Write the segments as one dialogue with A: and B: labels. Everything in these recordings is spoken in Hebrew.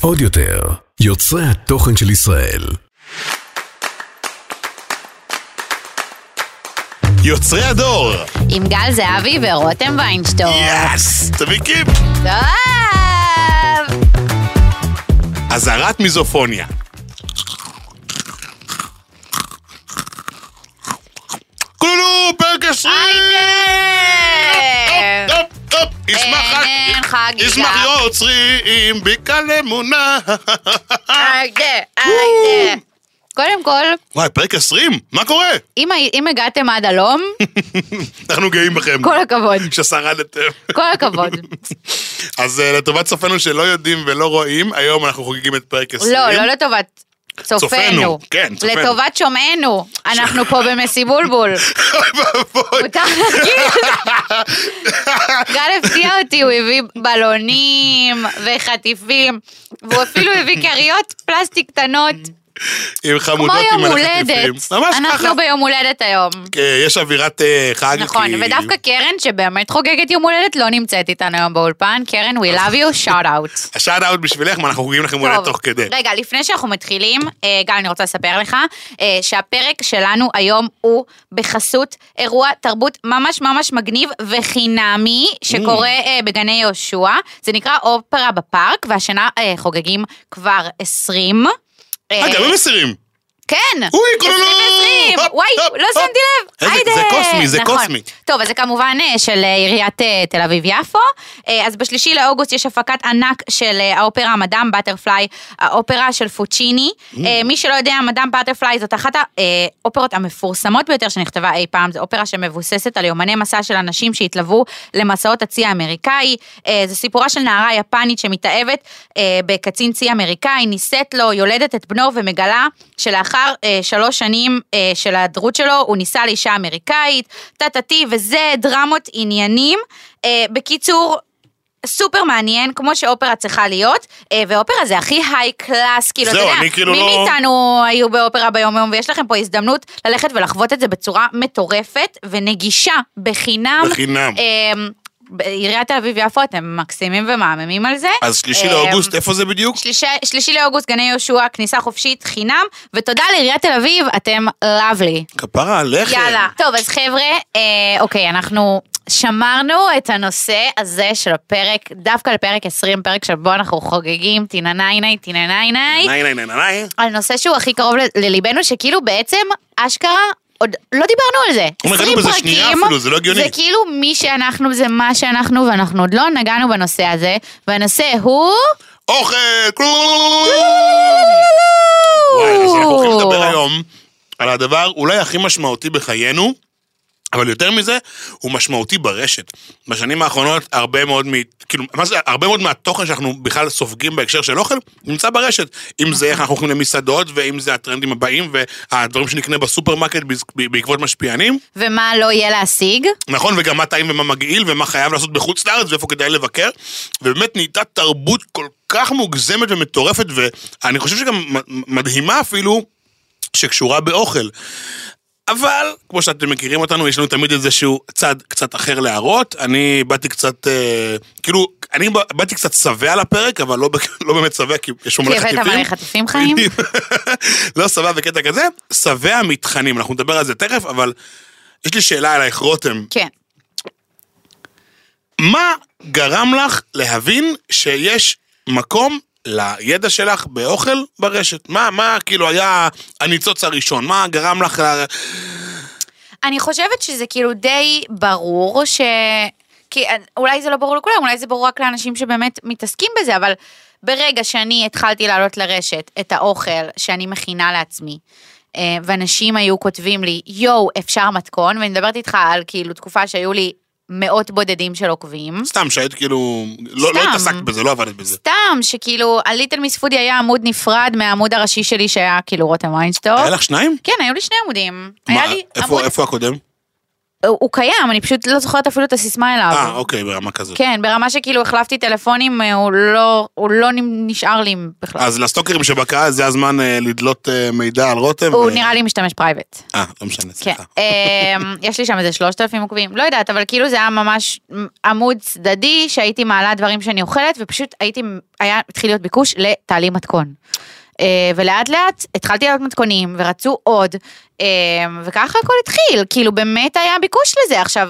A: עוד יותר, יוצרי התוכן של ישראל.
B: יוצרי הדור!
C: עם גל זהבי ורותם ויינשטור.
B: יאס! תביא קיפ!
C: טוב!
B: אזהרת מיזופוניה. כולו, פרק
C: כן!
B: עשרים! ישמח חג...
C: אין חגיגה.
B: ישמח יוצרים, בקע למונה.
C: אה, זה, אה, זה. קודם כל,
B: וואי, פרק עשרים? מה קורה?
C: אם הי- אם הגעתם עד הלום,
B: אנחנו גאים בכם.
C: כל הכבוד.
B: ששרדתם.
C: כל הכבוד.
B: אז אה, לטובת צופינו שלא יודעים ולא רואים, היום אנחנו חוגגים את פרק 20.
C: לא, לא לטובת. צופינו.
B: צופינו, כן, צופינו.
C: לטובת שומענו. אנחנו פה במסי בולבול.
B: ואבוי.
C: מותר להגיד. גל הפתיע אותי, הוא הביא בלונים וחטיפים, והוא אפילו הביא כריות פלסטיק קטנות,
B: עם
C: כמו
B: חמודות
C: יום
B: עם
C: הולדת.
B: הלחטיפים. ממש ככה.
C: אנחנו ביום הולדת היום.
B: אה, יש אווירת אה, חג.
C: נכון,
B: כי-
C: ודווקא קרן, שבאמת חוגגת יום הולדת, לא נמצאת איתנו היום באולפן. קרן, we love you, shout out.
B: השאט אאוט בשבילך, מה אנחנו חוגגים לכם הולדת
C: טוב,
B: תוך כדי.
C: רגע, לפני שאנחנו מתחילים, אה, גל, אני רוצה לספר לך אה, שהפרק שלנו היום הוא בחסות אירוע תרבות ממש ממש מגניב וחינמי, שקורה
B: Mm.
C: אה, בגני יהושע. זה נקרא אופרה בפארק, והשנה אה, חוגגים כבר 20. אה,
B: אה, גם הם מסירים.
C: כן!
B: אוי, כולו!
C: 2020.
B: הופ,
C: וואי,
B: הופ,
C: לא
B: הופ.
C: שמתי לב,
B: איזה-
C: היידה.
B: זה קוסמי, זה
C: נכון.
B: קוסמי.
C: טוב, אז זה כמובן אה, של אה, עיריית אה, תל אביב-יפו. אה, אז בשלישי לאוגוסט יש הפקת ענק של אה, האופרה מדאם בטרפליי, האופרה של פוצ'יני.
B: Mm.
C: אה, מי שלא יודע, מדאם בטרפליי זאת אחת אה, האופרות המפורסמות ביותר שנכתבה אי פעם. זו אופרה שמבוססת על יומני מסע של אנשים שהתלוו למסעות הצי האמריקאי. אה, זה סיפורה של נערה יפנית שמתאהבת אה, בקצין צי אמריקאי, נישאת לו, יולדת את בנו ומגלה שלאחר אה, שלוש שנים אה, של ההיעדרות שלו, הוא נישא לאישה אמריקאית, טה-טה-טי, וזה דרמות עניינים. אה, בקיצור, סופר מעניין, כמו שאופרה צריכה להיות, אה, ואופרה זה הכי היי קלאס, כאילו, אתה
B: זהו,
C: יודע,
B: אני כאילו
C: מי
B: לא-
C: מאיתנו היו באופרה ביום יום, ויש לכם פה הזדמנות ללכת ולחוות את זה בצורה מטורפת ונגישה, בחינם.
B: בחינם.
C: אה, בעיריית תל אביב-יפו אתם מקסימים ומהממים על זה.
B: אז שלישי
C: אה,
B: לאוגוסט, איפה זה בדיוק?
C: שלישי, שלישי לאוגוסט, גני יהושע, כניסה חופשית, חינם, ותודה לעיריית תל אביב, אתם לאבלי.
B: כפרה עליכם.
C: יאללה. טוב, אז חבר'ה, אה, אוקיי, אנחנו שמרנו את הנושא הזה של הפרק, דווקא לפרק 20, פרק שבו אנחנו חוגגים טיננייני, טיננייני,
B: ניי, ניי, ניי, ניי, ניי.
C: על נושא שהוא הכי קרוב ל- לליבנו, שכאילו בעצם, אשכרה, עוד לא דיברנו על זה.
B: לא נגענו
C: 20
B: בזה
C: פרקים,
B: שנייה אפילו, זה לא הגיוני.
C: זה כאילו מי שאנחנו, זה מה שאנחנו, ואנחנו עוד לא נגענו בנושא הזה, והנושא הוא...
B: אוכל! כלום! וואי, אז אנחנו הולכים לדבר היום על הדבר אולי הכי משמעותי בחיינו, אבל יותר מזה, הוא משמעותי ברשת. בשנים האחרונות, הרבה מאוד מ... כאילו, מה זה, הרבה מאוד מהתוכן שאנחנו בכלל סופגים בהקשר של אוכל, נמצא ברשת. אם זה איך אנחנו הולכים למסעדות, ואם זה הטרנדים הבאים, והדברים שנקנה בסופרמרקט בז- ב- בעקבות משפיענים.
C: ומה לא יהיה להשיג?
B: נכון, וגם מה טעים ומה מגעיל, ומה חייב לעשות בחוץ לארץ, ואיפה כדאי לבקר. ובאמת נהייתה תרבות כל כך מוגזמת ומטורפת, ואני חושב שגם מ- מדהימה אפילו, שקשורה באוכל. אבל, כמו שאתם מכירים אותנו, יש לנו תמיד איזשהו צד קצת אחר להראות. אני באתי קצת, אה, כאילו, אני ב- באתי קצת שבע לפרק, אבל לא, ב- לא באמת שבע, כי יש פה מלא
C: כי
B: חטיפים.
C: הבאת מלא חטופים חיים?
B: לא שבע בקטע כזה, שבע מתכנים, אנחנו נדבר על זה תכף, אבל יש לי שאלה אלייך, רותם.
C: כן.
B: מה גרם לך להבין שיש מקום לידע שלך באוכל ברשת? מה, מה כאילו היה הניצוץ הראשון? מה גרם לך ל...
C: אני חושבת שזה כאילו די ברור ש... כי אולי זה לא ברור לכולם, אולי זה ברור רק לאנשים שבאמת מתעסקים בזה, אבל ברגע שאני התחלתי לעלות לרשת את האוכל שאני מכינה לעצמי, אה, ואנשים היו כותבים לי, יואו, אפשר מתכון, ואני מדברת איתך על כאילו תקופה שהיו לי מאות בודדים של עוקבים.
B: סתם, שהיית כאילו... לא, לא
C: סתם.
B: התעסקת בזה, לא עבדת בזה.
C: סתם, שכאילו, הליטל מיס פודי היה עמוד נפרד מהעמוד הראשי שלי, שהיה כאילו רותם ויינשטור.
B: היה לך שניים?
C: כן, היו לי אוקיי. שני עמודים.
B: מה,
C: היה לי
B: איפה,
C: עמוד
B: איפה הקודם?
C: הוא הוא קיים, אני פשוט לא זוכרת אפילו את הסיסמה אליו.
B: אה, אוקיי, ברמה כזאת.
C: כן, ברמה שכאילו החלפתי טלפונים, אה, הוא לא, הוא לא נ- נשאר לי בכלל.
B: אז לסטוקרים שבקהל זה הזמן אה, לדלות אה, אה. מידע על רותם?
C: הוא
B: ו-
C: נראה לי משתמש פרייבט.
B: אה, לא משנה,
C: כן.
B: סליחה.
C: אמ, יש לי שם איזה 3,000 עוקבים, לא יודעת, אבל כאילו זה היה ממש עמוד צדדי שהייתי מעלה דברים שאני אוכלת, ופשוט הייתי, היה, התחיל להיות ביקוש לתעלי מתכון. אה, ולאט לאט התחלתי לעלות מתכונים, ורצו עוד, אמ, וככה הכל התחיל, כאילו באמת היה ביקוש לזה. עכשיו,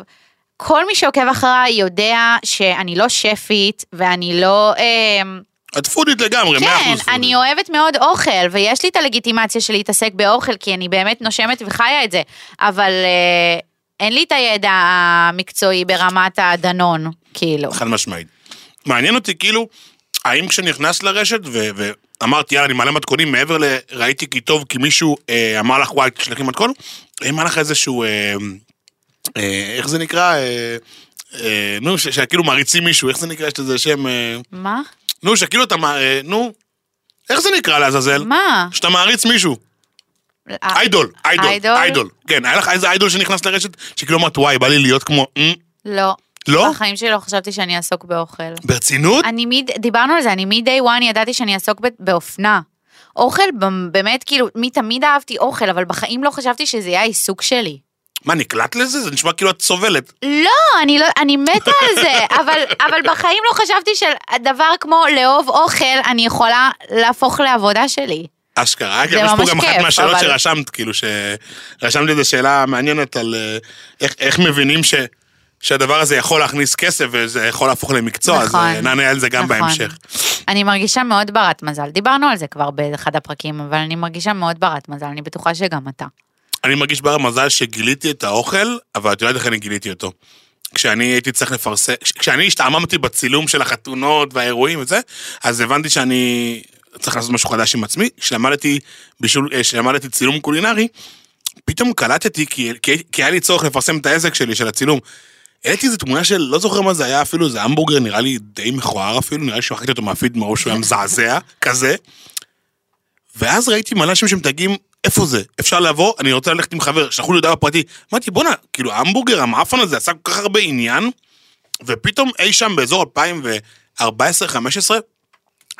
C: כל מי שעוקב אחריי יודע שאני לא שפית, ואני לא... אמ,
B: את פודית לגמרי, 100%
C: כן,
B: פודית.
C: אני אוהבת מאוד אוכל, ויש לי את הלגיטימציה של להתעסק באוכל, כי אני באמת נושמת וחיה את זה, אבל אה, אין לי את הידע המקצועי ברמת הדנון, כאילו.
B: חד משמעית. מעניין אותי כאילו, האם כשנכנסת לרשת ו- ואמרת יאללה אני מעלה מתכונים מעבר ל... ראיתי כי טוב כי מישהו אה, אמר לך וואי תשלחי מתכון, האם היה לך איזשהו, אה, אה, איך זה נקרא, אה, אה, נו ש- שכאילו מעריצים מישהו, איך זה נקרא, יש לזה שם, אה,
C: מה?
B: נו שכאילו אתה, מע- אה, נו, איך זה נקרא לעזאזל?
C: מה? אה,
B: שאתה מעריץ מישהו, איידול, איידול,
C: איידול?
B: איידול, כן, היה לך איזה איידול שנכנס לרשת, שכאילו אמרת וואי בא לי להיות כמו, אמ,
C: לא.
B: לא?
C: בחיים שלי לא חשבתי שאני אעסוק באוכל.
B: ברצינות?
C: אני מ... דיברנו על זה, אני מ-day one ידעתי שאני אעסוק ב- באופנה. אוכל, ב- באמת, כאילו, מתמיד אהבתי אוכל, אבל בחיים לא חשבתי שזה יהיה העיסוק שלי.
B: מה נקלט לזה? זה נשמע כאילו את סובלת.
C: לא, אני לא, אני מתה על זה, אבל, אבל בחיים לא חשבתי שדבר כמו לאהוב אוכל, אני יכולה להפוך לעבודה שלי.
B: אשכרה. אגב,
C: זה
B: יש פה
C: ממש
B: גם אחת
C: כיף,
B: מהשאלות
C: אבל-
B: שרשמת, כאילו, שרשמת איזו שאלה מעניינת על אה, איך, איך מבינים ש... שהדבר הזה יכול להכניס כסף וזה יכול להפוך למקצוע,
C: נכון.
B: אז אה, נענה על זה גם בהמשך.
C: אני מרגישה מאוד ברת מזל, דיברנו על זה כבר באחד הפרקים, אבל אני מרגישה מאוד ברת מזל, אני בטוחה שגם אתה.
B: אני מרגיש בר מזל שגיליתי את האוכל, אבל את יודעת איך אני גיליתי אותו. כשאני הייתי צריך לפרסם, כש- כשאני השתעממתי בצילום של החתונות והאירועים וזה, אז הבנתי שאני צריך לעשות משהו חדש עם עצמי. כשלמדתי, בישול, אה, כשלמדתי צילום קולינרי, פתאום קלטתי, כי, כי, כי היה לי צורך לפרסם את העסק שלי, של הצילום. העליתי איזו תמונה של, לא זוכר מה זה היה אפילו, זה המבורגר נראה לי די מכוער אפילו, נראה לי ששכחתי אותו מהפיד מרוב שהוא היה מזעזע, כזה. ואז ראיתי מלא אנשים שמתגים, איפה זה? אפשר לבוא? אני רוצה ללכת עם חבר, שלחו לי הודעה בפרטי. אמרתי, בואנה, כאילו ההמבורגר, המאפן הזה עשה כל כך הרבה עניין, ופתאום אי שם באזור 2014-2015,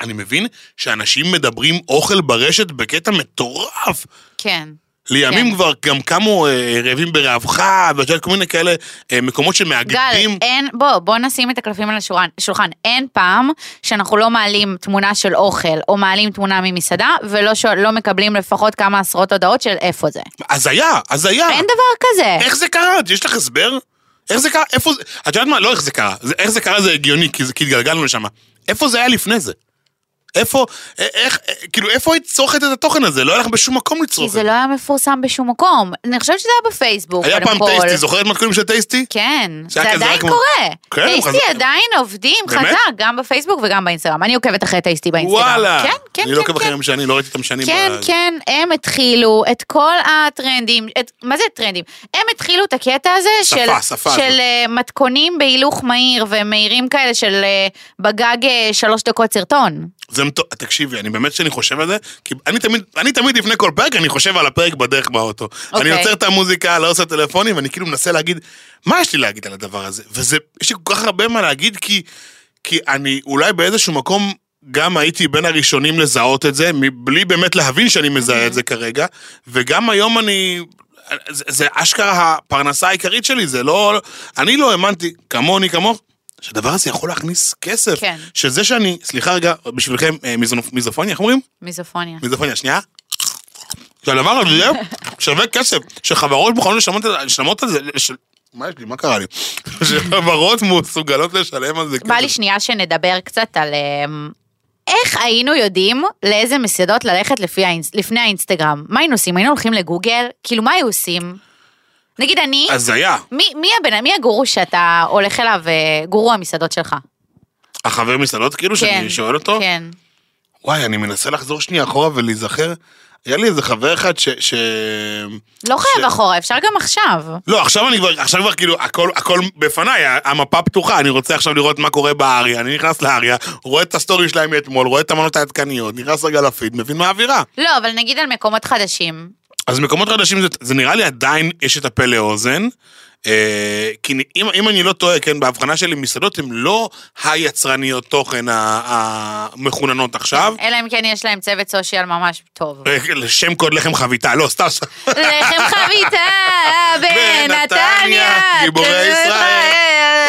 B: אני מבין שאנשים מדברים אוכל ברשת בקטע מטורף.
C: כן.
B: לימים
C: כן.
B: כבר גם קמו אה, רעבים ברעבך, ואת יודעת, כל מיני כאלה אה, מקומות
C: גל,
B: שמאגדים.
C: אין, בוא, בוא נשים את הקלפים על השולחן, שולחן. אין פעם שאנחנו לא מעלים תמונה של אוכל, או מעלים תמונה ממסעדה, ולא שואל- לא מקבלים לפחות כמה עשרות הודעות של איפה זה.
B: אה. הזיה, הזיה.
C: אה, אין דבר כזה.
B: איך זה קרה? יש לך הסבר? איך זה קרה? איפה זה... את יודעת מה? לא איך זה קרה. זה, איך זה קרה זה הגיוני, כי, זה- כי התגלגלנו לשם. איפה זה היה לפני זה? איפה, א- איך, אה, כאילו, איפה היית צורכת את התוכן הזה? לא היה לך בשום מקום
C: כי
B: לצרוך את
C: זה לא היה מפורסם בשום מקום. אני חושבת שזה היה בפייסבוק,
B: היה פעם
C: קודם כל.
B: טייסטי, זוכרת מתכונים של טייסטי?
C: כן,
B: שהיה
C: זה
B: כזה
C: עדיין
B: רק מ-
C: קורה.
B: כן, הוא
C: טייסטי
B: חזק.
C: עדיין עובדים
B: באמת?
C: חזק, גם בפייסבוק וגם באינסטגרם. אני עוקבת אחרי טייסטי באינסטגרם.
B: וואלה.
C: כן, כן,
B: אני לא
C: כן,
B: עוקב
C: כן.
B: אחריהם שנים, לא ראיתי אותם שנים.
C: כן,
B: ב-
C: כן, הם התחילו את כל הטרנדים, את, מה זה טרנדים? הם התחילו את הקטע הזה
B: שפה,
C: של,
B: שפה
C: של
B: הזאת.
C: אה, מתכונים בהילוך מהיר ומהירים כאלה של אה, בגג אה, שלוש דקות סרטון.
B: זה מטו- תקשיבי, אני באמת שאני חושב על זה, כי אני תמיד, אני תמיד לפני כל פרק, אני חושב על הפרק בדרך באוטו. אני
C: אוקיי.
B: עוצר את המוזיקה, לא עושה טלפונים, אני כאילו מנסה להגיד, מה יש לי להגיד על הדבר הזה? וזה, יש לי כל כך הרבה מה להגיד, כי, כי אני אולי באיזשהו מקום גם הייתי בין הראשונים לזהות את זה, מבלי באמת להבין שאני מזהה את זה כרגע, וגם היום אני... זה, זה אשכרה הפרנסה העיקרית שלי, זה לא... אני לא האמנתי, כמוני, כמוך, שהדבר הזה יכול להכניס כסף.
C: כן.
B: שזה שאני, סליחה רגע, בשבילכם, אה, מיזונופ- מיזופוניה, איך אומרים?
C: מיזופוניה.
B: מיזופוניה, שנייה. שהדבר הזה שווה כסף, שחברות מוכנות לשלמות על- לשלמות על זה, לש- מה יש לי, מה קרה לי? שחברות מסוגלות לשלם על זה
C: בא לי שנייה שנדבר קצת על אמ, איך היינו יודעים לאיזה מסעדות ללכת לפי האינס, לפני האינסטגרם. מה היינו עושים? היינו הולכים לגוגל? כאילו, מה היו עושים? נגיד אני, אז...
B: הזיה,
C: מי, מי, הבן, מי הגורו שאתה הולך אליו, אה, גורו המסעדות שלך?
B: החבר מסעדות כאילו, שאני שואל אותו,
C: כן.
B: וואי, אני מנסה לחזור שנייה אחורה ולהיזכר, היה לי איזה חבר אחד ש... ש-
C: לא חייב אחורה, אפשר גם עכשיו.
B: לא, עכשיו אני כבר, עכשיו כבר כאילו, הכל, הכל בפניי, המפה פתוחה, אני רוצה עכשיו לראות מה קורה באריה, אני נכנס לאריה, רואה את הסטורי שלהם מאתמול, רואה את המנות העדכניות, נכנס רגע לפיד, מבין מה האווירה.
C: לא, אבל נגיד על מקומות חדשים.
B: אז מקומות חדשים, זה, זה נראה לי עדיין יש את הפה לאוזן, אה, כי אם, אם אני לא טועה, כן, בהבחנה שלי, מסעדות הן לא היצרניות תוכן ה- המחוננות עכשיו.
C: אלא אם כן יש להם צוות סושיאל ממש טוב.
B: אה, לשם קוד לחם חביתה, לא, סתם. סתם.
C: לחם חביתה בנתניה.
B: גיבורי ישראל,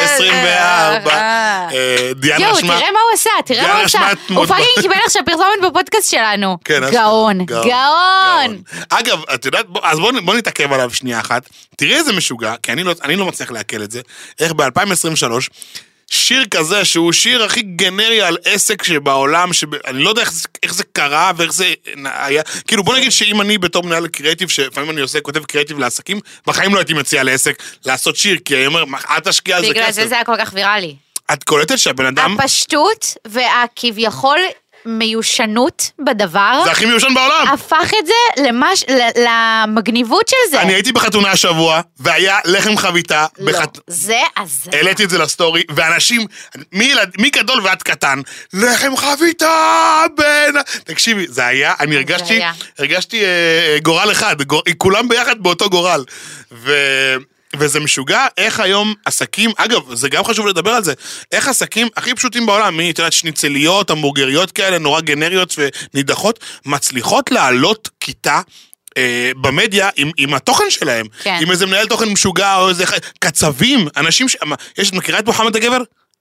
B: 24.
C: אה.
B: אה, דיאנה
C: יואו,
B: אשמה-
C: תראה מה הוא עשה, תראה מה
B: יאללה,
C: הוא עשה.
B: שמע, תמות
C: הוא
B: בה.
C: פאקינג קיבל עכשיו פרסומת בפודקאסט שלנו.
B: כן, אז-
C: גאון, גאון.
B: אגב, את יודעת, בוא, אז בואו בוא נתעכב עליו שנייה אחת. תראי איזה משוגע, כי אני לא, אני לא מצליח לעכל את זה, איך ב-2023, שיר כזה, שהוא שיר הכי גנרי על עסק שבעולם, שאני לא יודע איך, זה- איך זה קרה ואיך זה היה, כאילו בוא נגיד שאם אני בתור מנהל קריאיטיב, שלפעמים אני עושה, כותב קריאיטיב לעסקים, בחיים לא הייתי מציע לעסק לעשות שיר, כי אני אומר, "מה, אל תשקיע על זה
C: בגלל
B: כסף.
C: זה זה היה כל כך ויראלי.
B: את קולטת שהבן אדם,
C: הפשטות והכביכול מיושנות בדבר,
B: זה הכי מיושן בעולם.
C: הפך את זה למש... ל- למגניבות של זה.
B: אני הייתי בחתונה השבוע, והיה לחם חביתה,
C: לא,
B: בחת- אה,
C: זה לא הזיה.
B: העליתי את זה לסטורי, ואנשים, מילד- מגדול ועד קטן, לחם חביתה בין... תקשיבי, זה היה, אני הרגשתי,
C: היה.
B: הרגשתי אה, אה, גורל אחד, גור, כולם ביחד באותו גורל. ו... וזה משוגע איך היום עסקים, אגב, זה גם חשוב לדבר על זה, איך עסקים הכי פשוטים בעולם, מי, את יודעת, שניצליות, המבורגריות כאלה, נורא גנריות ונידחות, מצליחות לעלות כיתה. אה, במדיה עם, עם התוכן שלהם,
C: כן.
B: עם איזה מנהל תוכן משוגע או איזה ח- קצבים, אנשים ש... מה, יש, את מכירה את מוחמד הגבר?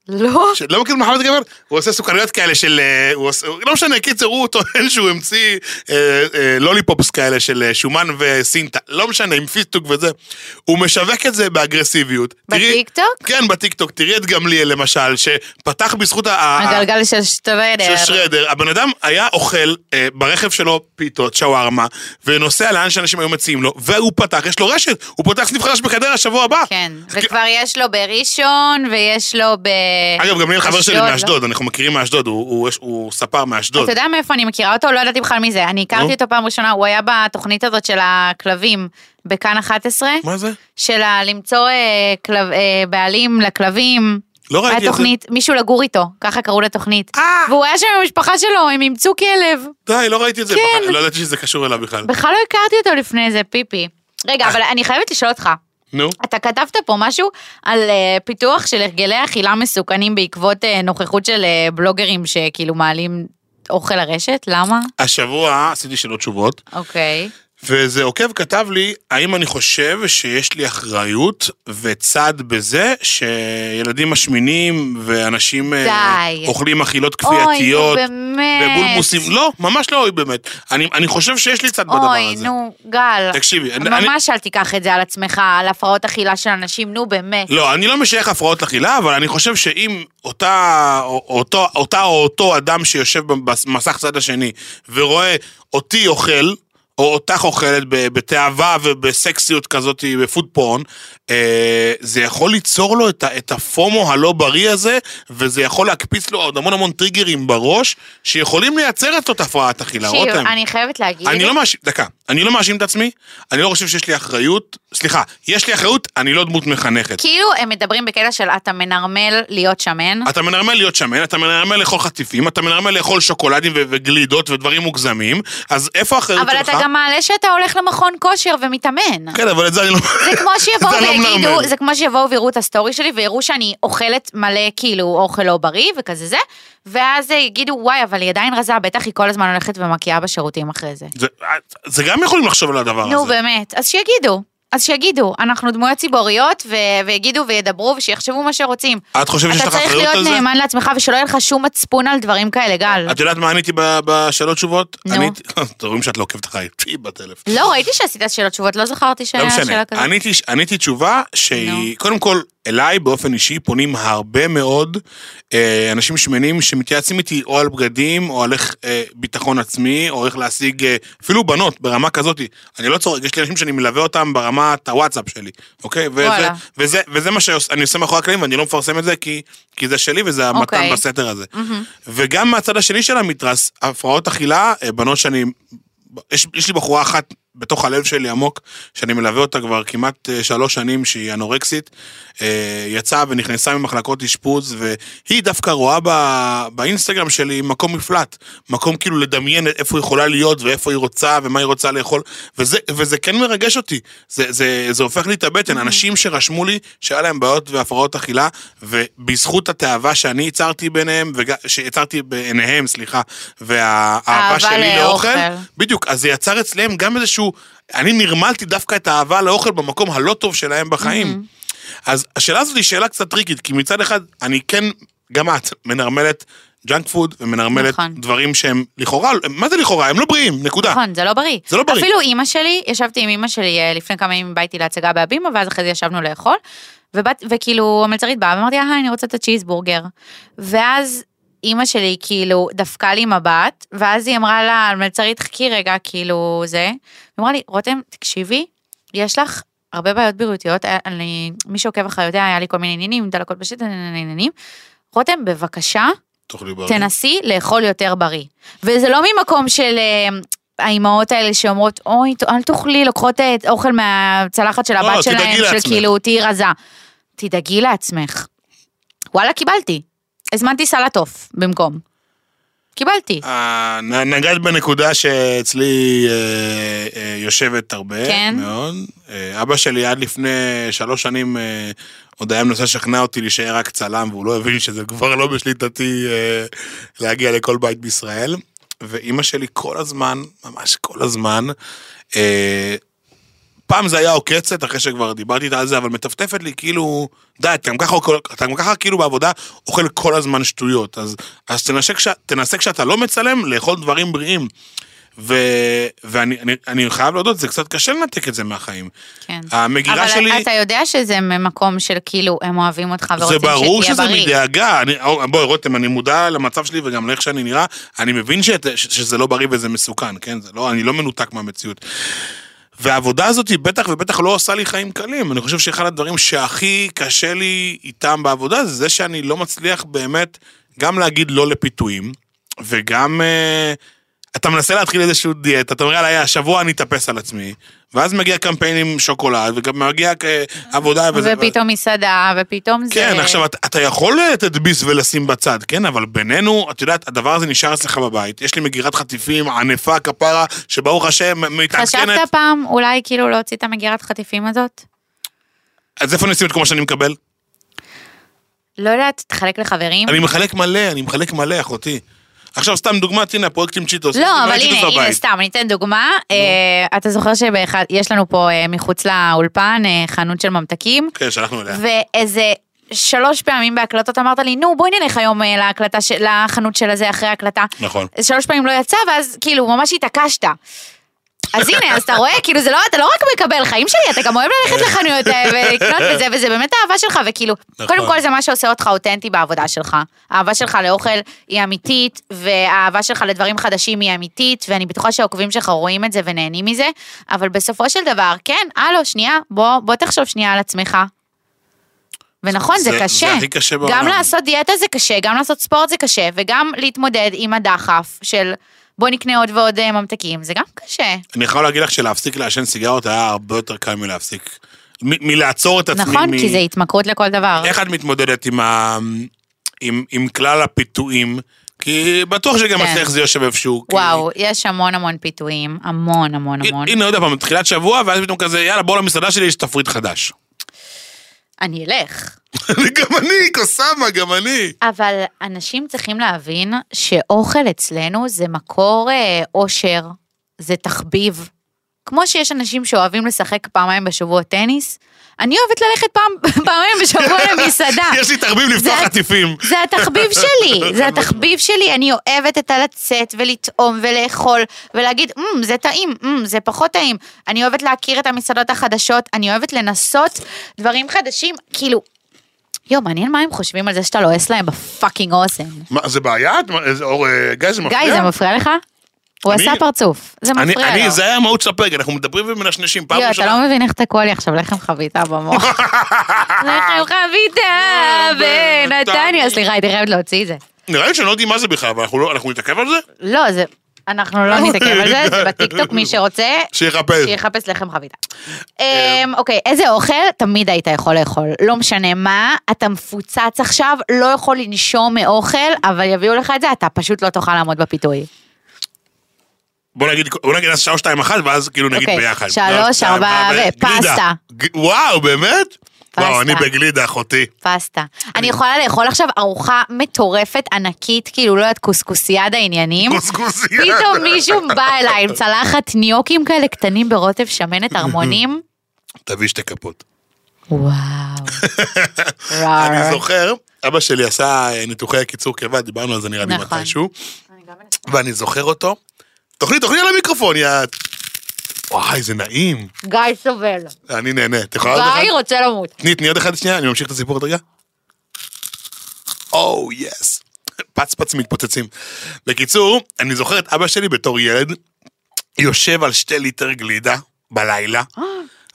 C: לא.
B: ש- לא מכיר מוחמד הגבר? הוא עושה סוכריות כאלה של... אה, הוא עושה, לא משנה, קיצר, הוא טוען שהוא המציא אה, אה, לוליפופס כאלה של אה, שומן וסינטה. לא משנה, עם פיסטוק וזה. הוא משווק את זה באגרסיביות. תראי-
C: בטיקטוק?
B: כן, בטיקטוק. תראי את גמליאל למשל, שפתח בזכות ה... ה-
C: הגלגל של שטוודר.
B: אה, של שרדר, הבן אדם היה אוכל אה, ברכב שלו פיתות, שווארמה, ונוסע לאן שאנשים היו מציעים לו, והוא פתח, יש לו רשת, הוא פותח סניף חדש בחדרה שבוע הבא.
C: כן,
B: כי-
C: וכבר יש לו בראשון, ויש לו ב...
B: אגב, גם לי חבר שלי
C: אשדוד, לא?
B: מאשדוד, אנחנו מכירים מאשדוד, הוא- הוא- הוא ספר מאשדוד.
C: אתה יודע מאיפה אני מכירה אותו? לא ידעתי בכלל מי זה. אני
B: נו.
C: הכרתי אותו פעם ראשונה, הוא היה בתוכנית הזאת של הכלבים בכאן 11,
B: מה זה?
C: של ה- למצוא אה, כלב- אה, בעלים לכלבים.
B: לא ראיתי את זה.
C: היה תוכנית, מישהו לגור איתו, ככה קראו לתוכנית.
B: אה.
C: והוא היה שם עם המשפחה שלו, הם אימצו כלב.
B: די, לא ראיתי את זה,
C: כן.
B: בכלל, לא ידעתי שזה קשור אליו בכלל.
C: בכלל לא הכרתי אותו לפני זה, פיפי. רגע,
B: אה.
C: אבל אני חייבת לשאול אותך.
B: נו.
C: אתה כתבת פה משהו על אה, פיתוח של הרגלי אכילה מסוכנים בעקבות אה, נוכחות של אה, בלוגרים שכאילו מעלים אוכל לרשת? למה?
B: השבוע עשיתי שאלות תשובות,
C: אוקיי.
B: וזה עוקב כתב לי, האם אני חושב שיש לי אחריות וצד בזה שילדים משמינים ואנשים אה,
C: די.
B: אוכלים אכילות
C: אוי, נו
B: כפייתיות.
C: באמת.
B: ובולמוסים, לא, ממש לא, אוי באמת. אני, אני חושב שיש לי צד בדבר
C: אוי,
B: הזה.
C: נו, גל.
B: תקשיבי, אני-
C: ממש אל תיקח את זה על עצמך, על הפרעות אכילה של אנשים, נו באמת.
B: לא, אני לא משייך הפרעות לאכילה, אבל אני חושב שאם אותה או אותו, אותה, או אותו אדם שיושב במסך צד השני ורואה אותי אוכל, או אותך אוכלת ב- בתאווה ובסקסיות כזאת, בפוד פורן, אה, זה יכול ליצור לו את, ה- את הפומו הלא בריא הזה, וזה יכול להקפיץ לו עוד המון המון טריגרים בראש, שיכולים לייצר את אותה הפרעת אכילה.
C: שיר,
B: לא, רותם.
C: אני חייבת להגיד.
B: אני לא מאשים, דקה, אני לא מאשים את עצמי, אני לא חושב שיש לי אחריות, סליחה, יש לי אחריות, אני לא דמות מחנכת.
C: כאילו הם מדברים בקטע של אתה מנרמל להיות שמן.
B: אתה מנרמל להיות שמן, אתה מנרמל לאכול חטיפים, אתה מנרמל לאכול שוקולדים ו- וגלידות ודברים מוגזמים, אז איפה האחריות שלך?
C: אבל אתה גם מעלה שאתה הולך למכון כושר ומתאמן.
B: כן, אבל את זה אני לא...
C: זה כמו שיבואו
B: זה לא
C: ויגידו,
B: מנרמל.
C: זה כמו שיבואו ויראו את הסטורי שלי ויראו שאני אוכלת מלא כאילו אוכל לא בריא וכזה זה, ואז אה, יגידו וואי אבל היא עדיין רזה, בטח היא כל הזמן הולכת ומקיאה בשירותים אחרי זה.
B: זה- זה גם יכולים לחשוב על הדבר
C: נו
B: הזה.
C: באמת, אז שיגידו, אז שיגידו, אנחנו דמויות ציבוריות ו- ויגידו וידברו ושיחשבו מה שרוצים.
B: את חושבת שיש
C: אתה
B: לך
C: צריך
B: אחריות על
C: להיות
B: זה? אה,
C: נאמן לעצמך ושלא יהיה לך שום מצפון על דברים כאלה, גל.
B: את יודעת מה עניתי ב- בשאלות תשובות?
C: נו.
B: עניתי- אתם רואים שאת לא עוקבת אחריי, פי בטלף.
C: לא, ראיתי שעשית שאלות תשובות, לא זכרתי
B: אה, לא
C: שהיה
B: משנה,
C: שאלה כזאת.
B: עניתי, עניתי תשובה שהיא, קודם כל, אליי באופן אישי פונים הרבה מאוד אה, אנשים שמנים שמתייעצים איתי או על בגדים, או על איך אה, ביטחון עצמי, או איך להשיג, אה, אפילו בנות ברמה כזאת, אני לא צורק, יש לי אנשים שאני מלווה אותם ברמת הוואטסאפ שלי, אוקיי? וזה,
C: וואלה.
B: וזה, וזה מה שאני עושה מאחורי הקלעים, ואני לא מפרסם את זה כי, כי זה שלי וזה המתן
C: אוקיי.
B: בסתר הזה. וגם מהצד השני של המתרס, הפרעות אכילה, אה, בנות שאני... יש, יש לי בחורה אחת בתוך הלב שלי עמוק, שאני מלווה אותה כבר כמעט אה, שלוש שנים שהיא אנורקסית, אה, יצאה ונכנסה ממחלקות אשפוז, והיא דווקא רואה ב, באינסטגרם שלי מקום מפלט, מקום כאילו לדמיין איפה היא יכולה להיות ואיפה היא רוצה ומה היא רוצה לאכול, וזה, וזה כן מרגש אותי, זה, זה, זה הופך לי את הבטן,
C: Mm-hmm.
B: אנשים שרשמו לי שהיה להם בעיות והפרעות אכילה, ובזכות התאווה שאני יצרתי ביניהם, וג- שיצרתי בעיניהם, סליחה, והאהבה
C: אהבה
B: שלי לאוכל,
C: לאוכל.
B: בדיוק, אז זה יצר אצלם גם איזשהו, אני נרמלתי דווקא את האהבה לאוכל במקום הלא טוב שלהם בחיים.
C: Mm-hmm.
B: אז השאלה הזאת היא שאלה קצת טריקית, כי מצד אחד, אני כן, גם את, מנרמלת ג'אנק פוד ומנרמלת
C: נכון.
B: דברים שהם לכאורה, מה זה לכאורה? הם לא בריאים, נקודה.
C: נכון, זה לא בריא.
B: זה לא בריא.
C: אפילו אימא שלי, ישבתי עם אימא שלי אה, לפני כמה ימים, בא איתי להצגה בהבימה, ואז אחרי זה ישבנו לאכול, ובת, וכאילו המלצרית באה, ואמרתי, אה, אני רוצה את הצ'יזבורגר. ואז אימא שלי כאילו דפקה לי מבט, ואז היא אמרה לה, המלצרית, חכי רגע, כאילו זה. היא אמרה לי, רותם, תקשיבי, יש לך הרבה בעיות בריאותיות, אה, אני, מי שעוקב אחרי יודע, היה לי כל מיני עניינים, דלקות בשטח, עניינים. רותם, בבקשה,
B: תאכלי בריא.
C: תנסי לאכול יותר בריא. וזה לא ממקום של אה, האימהות האלה שאומרות, אוי, ת- אל תאכלי, לוקחות אה, אוכל מהצלחת של
B: לא,
C: הבת
B: תדאגי
C: שלהם, של
B: לעצמך.
C: כאילו, תהיי רזה. תדאגי לעצמך. וואלה, קיבלתי. הזמנתי סלט עוף במקום. קיבלתי.
B: אה, נ- נגעת בנקודה שאצלי אה, אה, יושבת הרבה
C: כן.
B: מאוד. אה, אבא שלי עד לפני שלוש שנים אה, עוד היה מנסה לשכנע אותי להישאר רק צלם, והוא לא הבין שזה כבר לא בשליטתי אה, להגיע לכל בית בישראל. ואימא שלי כל הזמן, ממש כל הזמן, אה, פעם זה היה עוקצת, אחרי שכבר דיברתי איתה על זה, אבל מטפטפת לי כאילו, די, אתה גם ככה, אתה גם ככה כאילו בעבודה אוכל כל הזמן שטויות, אז, אז תנסה, כש, תנסה כשאתה לא מצלם לאכול דברים בריאים. ו, ואני אני, אני חייב להודות, זה קצת קשה לנתק את זה מהחיים.
C: כן.
B: המגירה
C: אבל
B: אה, שלי...
C: אתה יודע שזה ממקום של כאילו, הם אוהבים אותך ורוצים
B: זה
C: שתהיה בריא.
B: ברור שזה מדאגה, אני- אור, בואי רותם, אני מודע למצב שלי וגם לאיך שאני נראה, אני מבין שאת, ש, שזה לא בריא וזה מסוכן, כן? זה לא, אני לא מנותק מהמציאות. והעבודה הזאת היא בטח ובטח לא עושה לי חיים קלים, אני חושב שאחד הדברים שהכי קשה לי איתם בעבודה זה זה שאני לא מצליח באמת גם להגיד לא לפיתויים, וגם אה, אתה מנסה להתחיל איזשהו דיאטה, אתה אומר, יאללה, השבוע אני אתאפס על עצמי, ואז מגיע קמפיין עם שוקולד, וגם מגיע אה, עבודה וזה...
C: ופתאום מסעדה, ופתאום זה...
B: כן, עכשיו, אתה, אתה יכול לתדביס ולשים בצד, כן? אבל בינינו, את יודעת, הדבר הזה נשאר אצלך בבית. יש לי מגירת חטיפים, ענפה, כפרה, שברוך השם, מתעדכנת.
C: חשבת פעם אולי כאילו להוציא את המגירת חטיפים הזאת?
B: אז איפה אני אשים את כל מה שאני מקבל?
C: אוקיי. לא יודעת, תחלק לחברים.
B: אני מחלק מלא, אני מחלק מלא, אחותי. עכשיו, סתם דוגמא, הנה, הפרויקט עם צ'יטוס.
C: לא,
B: אני
C: אבל
B: ראיתי
C: הנה,
B: אותו
C: הנה,
B: בבית.
C: סתם, אני אתן דוגמה. אה, אתה זוכר שיש לנו פה אה, מחוץ לאולפן אה, חנות של ממתקים,
B: כן, שלחנו אליה.
C: ואיזה שלוש פעמים בהקלטות אמרת לי, נו, בואי נלך היום אה, להקלטה של- לחנות של הזה אחרי ההקלטה.
B: נכון.
C: אז שלוש פעמים לא יצא, ואז כאילו, ממש התעקשת. אז הנה, אז אתה רואה, כאילו, זה לא, אתה לא רק מקבל חיים שלי, אתה גם אוהב ללכת לחנויות אה, ולקנות וזה, וזה באמת אהבה שלך, וכאילו,
B: נכון.
C: קודם כל זה מה שעושה אותך אותנטי בעבודה שלך. האהבה שלך לאוכל היא אמיתית, והאהבה שלך לדברים חדשים היא אמיתית, ואני בטוחה שהעוקבים שלך רואים את זה ונהנים מזה, אבל בסופו של דבר, כן, הלו, שנייה, בוא, בוא תחשוב שנייה על עצמך. ונכון, זה,
B: זה- זה
C: קשה.
B: הכי קשה בעולם.
C: גם לעשות דיאטה זה קשה, גם לעשות ספורט זה קשה, וגם להתמודד עם הדחף של בוא נקנה עוד ועוד אה, ממתקים, זה גם קשה.
B: אני יכול להגיד לך שלהפסיק לעשן סיגרות היה הרבה יותר קל מלהפסיק. מ- מלעצור את עצמי.
C: נכון?
B: מ-
C: כי זה התמכרות לכל דבר.
B: איך את מתמודדת עם, ה... עם, עם כלל הפיתויים? כי בטוח שגם
C: כן.
B: אצלך זה יושב איפשהו. כי-
C: וואו, יש המון המון פיתויים, המון המון המון.
B: הנה עוד פעם, תחילת שבוע, ואז פתאום כזה, יאללה, בוא למסעדה שלי, יש תפריט חדש.
C: אני אלך.
B: גם אני, קוסאמה, גם אני.
C: אבל אנשים צריכים להבין שאוכל אצלנו זה מקור אה, אושר, זה תחביב. כמו שיש אנשים שאוהבים לשחק פעמיים בשבוע טניס, אני אוהבת ללכת פעם, פעמיים בשבוע למסעדה.
B: יש לי תחביב לפתוח
C: זה-
B: חטיפים.
C: זה התחביב שלי, זה התחביב שלי, אני אוהבת את הלצאת ולטעום ולאכול ולהגיד, "מ, זה טעים, "מ, זה פחות טעים. אני אוהבת להכיר את המסעדות החדשות, אני אוהבת לנסות דברים חדשים, כאילו, יואו, מעניין מה הם חושבים על זה שאתה לועס להם בפאקינג אוזן.
B: מה, זה בעיה? את- מה, איזה- אור, אה, גיא, זה
C: גיא,
B: מפריע?
C: זה מפריע לך? הוא
B: אני-
C: עשה פרצוף, זה
B: אני,
C: מפריע
B: אני,
C: לו.
B: זה היה המהות של הפרק, אנחנו מדברים ומנשנשים פעם
C: יואו, אתה
B: ראשונה.
C: לא מבין איך תקוע לי עכשיו לחם חביתה במוח. לחם
B: לא,
C: חביתה בנתניה, סליחה, הייתי חייבת להוציא את זה.
B: נראה לי שאני לא יודעים מה זה בכלל, אבל אנחנו לא- אנחנו לא- נתעכב על זה?
C: לא, זה... אנחנו לא
B: אוקיי.
C: נתעכב על זה, זה בטיקטוק, מי שרוצה,
B: שיחפש.
C: שיחפש לחם חביתה.
B: כן.
C: אמ, אוקיי, איזה אוכל תמיד היית יכול לאכול? לא משנה מה, אתה מפוצץ עכשיו, לא יכול לנשום מאוכל, אבל יביאו לך את זה, אתה פשוט לא תוכל לעמוד בפיתוי.
B: בוא נגיד, בוא נגיד אז שלוש, שתיים, אחת, ואז כאילו נגיד
C: אוקיי,
B: ביחד.
C: שלוש,
B: שלוש, שתיים,
C: ארבע,
B: אחת,
C: ו-
B: גלידה.
C: פסטה.
B: ג- וואו, באמת?
C: פסטה.
B: וואו, אני בגלידה, אחותי.
C: פסטה. אני יכולה לאכול עכשיו ארוחה מטורפת, ענקית, כאילו, לא יודעת, קוסקוסיאד העניינים.
B: קוסקוסייה.
C: פתאום מישהו בא אליי עם צלחת ניוקים כאלה קטנים ברוטב שמנת ערמונים.
B: תביא שתי כפות.
C: וואו. רע, רע.
B: אני זוכר, אבא שלי עשה אה, ניתוחי קיצור קיבה, דיברנו על זה נראה לי
C: נכון.
B: מתישהו. ואני זוכר אותו. תאכלי, תאכלי על המיקרופון, יא... וואי, זה נעים.
C: גיא סובל.
B: אני נהנה. את יכולה עוד אחד? אה,
C: גיא רוצה למות.
B: תני, תני עוד אחד שנייה, אני ממשיך את הסיפור עוד רגע. Oh, או, יס. פצפץ מתפוצצים. בקיצור, אני זוכר את אבא שלי בתור ילד, יושב על שתי ליטר גלידה בלילה,
C: אה.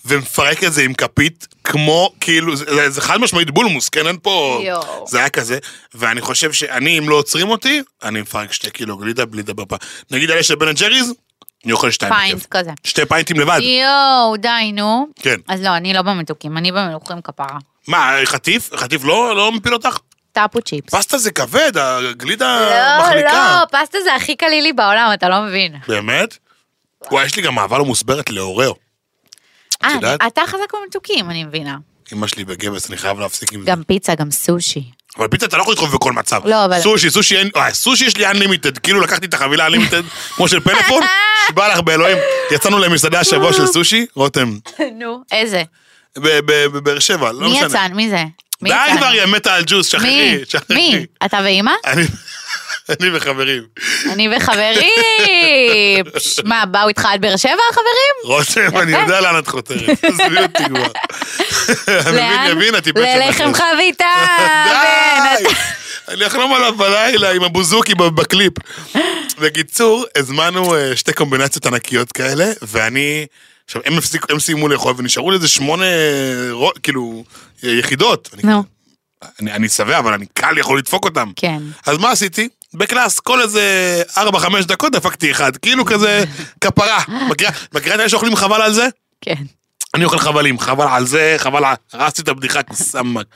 B: ומפרק את זה עם כפית, כמו, כאילו, זה, זה חד משמעית בולמוס, כן? אין פה...
C: יואו.
B: זה היה כזה, ואני חושב שאני, אם לא עוצרים אותי, אני מפרק שתי קילו גלידה בלי דבר פעם. נגיד על אלה של בן אנד ג'ריז, אני אוכל שתיים.
C: פיינט
B: בכיף.
C: כזה.
B: שתי פיינטים לבד.
C: יואו, די, נו.
B: כן.
C: אז לא, אני לא במתוקים, אני במלוכים כפרה.
B: מה, חטיף? חטיף לא, לא מפיל אותך?
C: טאפו צ'יפס.
B: פסטה זה כבד, הגלידה
C: לא,
B: אה, מחליקה.
C: לא, פסטה זה הכי קלילי בעולם, אתה לא מבין.
B: באמת? וואי, יש לי גם אהבה לא מוסברת לאוראו.
C: אה,
B: יודעת?
C: אתה חזק במתוקים, אני מבינה.
B: אמא שלי בגבס, אני חייב להפסיק עם זה.
C: גם פיצה, גם סושי.
B: אבל פיצה אתה לא יכול לדחוף בכל מצב.
C: לא, אבל-
B: סושי, סושי אין... וואי, סושי יש לי unlimited. כאילו לקחתי את החבילה unlimited, כמו של פלאפון, שבא לך באלוהים. יצאנו למסעדה השבוע של סושי, רותם,
C: נו, איזה?
B: ב- ב- בבאר שבע, לא
C: מי
B: משנה.
C: יצא? מי זה? מי
B: די
C: יצא?
B: כבר, יא מתה על ג'וס, שחררי.
C: מי?
B: שחררי.
C: מי? אתה ואימא?
B: אני- אני וחברים.
C: אני וחברי! פש, מה, באו איתך עד באר שבע, חברים?
B: רותם, אני יודע לאן את חותרת. עזבי אותי כבר.
C: לאן?
B: המבין יבין, הטיפש.
C: ללחם
B: שלכם.
C: חביתה! בן,
B: די!
C: אתה-
B: אני אחלום עליו בלילה עם הבוזוקי ב- בקליפ. בקיצור, הזמנו אה, שתי קומבינציות ענקיות כאלה, ואני... עכשיו, הם הפסיקו, הם סיימו לאכול ונשארו לי איזה שמונה, רו- כאילו, יחידות. אני-
C: נו,
B: אני- אני שבע, אבל אני קל יכול לדפוק אותם.
C: כן.
B: אז מה עשיתי? בקלאס, כל איזה 4-5 דקות דפקתי אחד, כאילו כזה כפרה. מכירה- מכירה את אלה שאוכלים חבל על זה?
C: כן.
B: אני אוכל חבלים, חבל על זה, חבל על... הרסתי את הבדיחה, סמק.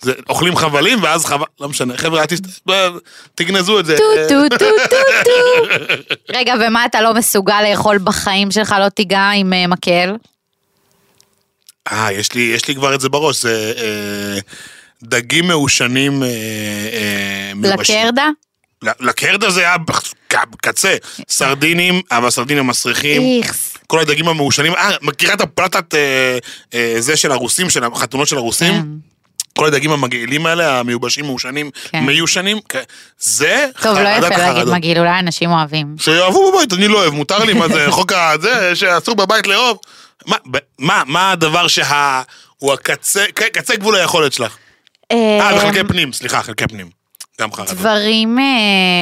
B: זה, אוכלים חבלים ואז חבל... לא משנה, חבר'ה, אל תסת... ב- תגנזו את זה.
C: טו טו טו טו טו. רגע, ומה אתה לא מסוגל לאכול בחיים שלך, לא תיגע עם אה, מקל?
B: אה, יש לי, יש לי כבר את זה בראש, זה אה, דגים מעושנים אה, אה,
C: לא
B: מיובשים.
C: לקרדה?
B: ל- לקרדה זה היה בקצה. סרדינים, אבל סרדינים מסריחים.
C: איכס.
B: כל הדגים המעושנים, אה, מכירה את הפלטת אה, אה, זה של הרוסים, של החתונות של הרוסים?
C: כן.
B: כל הדגים המגעילים האלה, המיובשים, מעושנים,
C: כן.
B: מיושנים, כ- זה
C: טוב, לא
B: חרדת
C: יפה להגיד
B: חרדות.
C: מגעיל, אולי אנשים אוהבים.
B: שיאהבו בבית, אני לא אוהב, מותר לי, מה זה, חוק ה... זה, שאסור בבית לאהוב. מה, ב- מה, מה הדבר שה... הוא הקצה, ק- קצה גבול היכולת שלך. אה,
C: כן אמ-
B: בחלקי פנים, סליחה, חלקי פנים. גם חרדות.
C: דברים אה,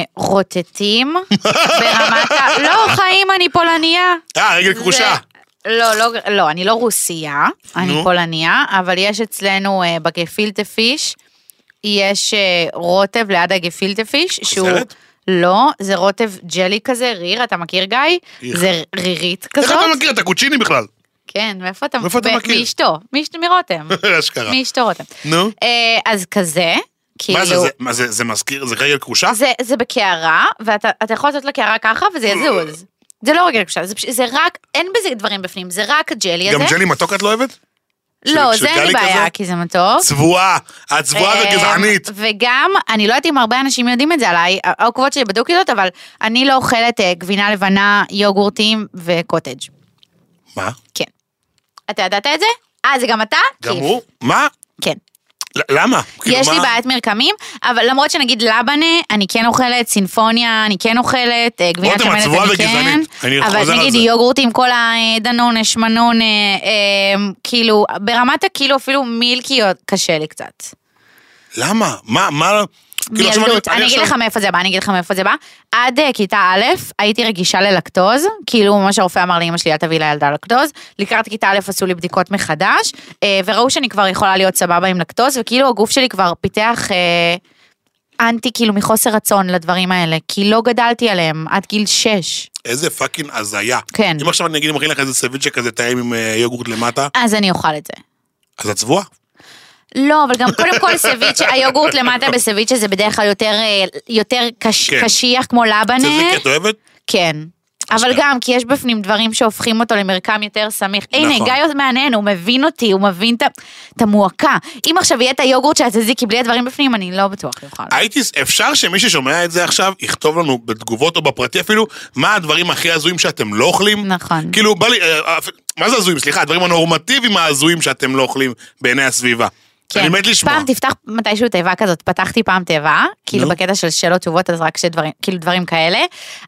C: רוטטים ברמת ה... לא, חיים, אני פולניה.
B: אה, רגל כרושה.
C: זה- לא, לא, לא, אני לא רוסייה, אני
B: נו.
C: פולניה, אבל יש אצלנו אה, בגפילטה פיש, יש אה, רוטב ליד הגפילטה פיש, שהוא...
B: חוזרת?
C: לא, זה רוטב ג'לי כזה, ריר, אתה מכיר גיא?
B: איך.
C: זה רירית
B: איך
C: כזאת.
B: אתה מכיר את הקוצ'יני בכלל?
C: כן, מאיפה אתה
B: מאיפה אתה
C: ב-
B: מכיר?
C: מאשתו, מאשת- מרותם.
B: אשכרה.
C: מאשתו רותם.
B: נו.
C: אה, אז כזה, כאילו...
B: מה זה, זה- מה זה, זה מזכיר, זה רגל כרושה?
C: זה, זה בקערה, ואתה אתה יכול לתת לקערה ככה, וזה יזוז. זה לא רגל קשה, זה, פש- זה רק, אין בזה דברים בפנים, זה רק הג'לי הזה.
B: גם ג'לי מתוק את לא אוהבת?
C: לא,
B: של- של
C: זה אין לי
B: גלי
C: בעיה,
B: כזה?
C: כי זה מתוק.
B: צבועה, את צבועה
C: אמ,
B: וגזענית.
C: וגם, אני לא יודעת אם הרבה אנשים יודעים את זה עליי, העוקבות שלי בדוקי זאת, אבל אני לא אוכלת אה, גבינה לבנה, יוגורטים וקוטג'.
B: מה?
C: כן. אתה ידעת את זה? אה, זה גם אתה?
B: גם
C: כיף.
B: הוא? מה?
C: כן.
B: ל- למה? כאילו,
C: יש לי
B: מה-
C: בעיית מרקמים, אבל למרות שנגיד לבנה, אני כן אוכלת, סינפוניה, אני כן אוכלת, אה,
B: רותם,
C: גבינת
B: את
C: שמנת
B: צבועה
C: אני כן,
B: וגזענית. אני חוזר
C: אבל
B: על
C: נגיד
B: זה.
C: יוגורטים, כל הדנונה, שמנונה, אה, כאילו, ברמת הכאילו אפילו מילקי עוד קשה לי קצת.
B: למה? מה? מה? כאילו, עכשיו
C: מילדות, אני אגיד
B: עכשיו-
C: לך מאיפה זה בא, אני אגיד לך מאיפה זה בא. עד אה, כיתה א', הייתי רגישה ללקטוז, כאילו ממש הרופא אמר לאמא שלי, אל תביאי לילדה לקטוז. לקראת כיתה א' עשו לי בדיקות מחדש, אה, וראו שאני כבר יכולה להיות סבבה עם לקטוז, וכאילו הגוף שלי כבר פיתח... אה, אנטי כאילו מחוסר רצון לדברים האלה, כי לא גדלתי עליהם עד גיל שש.
B: איזה פאקינג הזיה.
C: כן.
B: אם עכשיו אני אגיד, אני מכין לך איזה סביצ'ה כזה טעים עם אה, יוגורט למטה,
C: אז אני אוכל את זה.
B: אז את צבועה.
C: לא, אבל גם קודם כל סביצ'ה, היוגורט למטה בסביצ'ה זה בדרך כלל יותר, אה, יותר קש,
B: כן.
C: קשיח כמו לבנה.
B: זה את אוהבת?
C: כן. אבל
B: אשכרה.
C: גם, כי יש בפנים דברים שהופכים אותו למרקם יותר סמיך. הנה,
B: נכון.
C: גיא עוד מעניין, הוא מבין אותי, הוא מבין את ה- את המועקה. אם עכשיו יהיה את היוגורט של הצזיקי בלי הדברים בפנים, אני לא בטוח יאכל.
B: הייתי, אפשר שמי ששומע את זה עכשיו, יכתוב לנו בתגובות או בפרטי אפילו, מה הדברים הכי הזויים שאתם לא אוכלים.
C: נכון.
B: כאילו, בא לי, אה, אה, מה זה הזויים? סליחה, הדברים הנורמטיביים ההזויים שאתם לא אוכלים בעיני הסביבה.
C: כן.
B: אני מת לשמוע.
C: פעם תפתח מתישהו תיבה כזאת, פתחתי פעם תיבה, כאילו
B: נו.
C: בקטע של שאלות תשובות, אז רק שדברים, כאילו דברים כאלה.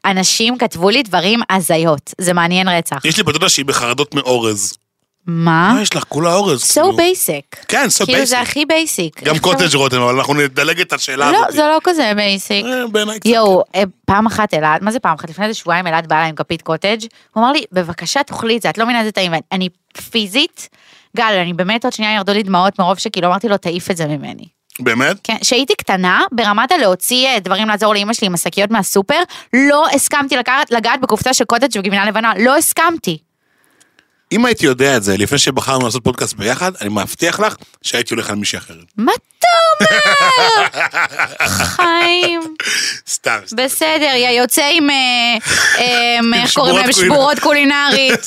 C: אנשים כתבו לי דברים הזיות, זה מעניין רצח.
B: יש לי פטוטה שהיא בחרדות מאורז.
C: מה?
B: מה יש לך? כולה אורז.
C: אה? So
B: כאילו.
C: basic.
B: כן, so
C: כאילו
B: basic.
C: זה הכי בייסיק.
B: גם קוטג' רותם, אבל אנחנו נדלג את השאלה הזאת.
C: לא, זה לא כזה בייסיק.
B: אה, בעיניי קצת.
C: יואו, אה, פעם אחת אלעד, מה זה פעם אחת? לפני איזה שבועיים אלעד בא אליי עם כפית קוטג', הוא אמר לי, בבקשה תאכלי את זה, את לא מבינה איזה טעים, ואני- אני פיזית, גל, אני באמת עוד שנייה ירדו לי דמעות מרוב שכאילו אמרתי לו, תעיף את זה ממני.
B: באמת?
C: כן, כשהייתי קטנה, ברמת הלהוציא אה, דברים לעזור לאימא שלי עם השקיות מהסופר, לא הסכמתי לקחת, לגעת בקופסה של קוטג' וגבינה לבנה, לא הסכמתי.
B: אם הייתי יודע את זה לפני שבחרנו לעשות פודקאסט ביחד, אני מבטיח לך שהייתי הולך על מישהי אחרת.
C: מה אתה אומר? חיים.
B: סתם, סתם.
C: בסדר, יא יוצא עם, אה, אה, איך קוראים להם?
B: שבורות
C: שבורות קולינרית.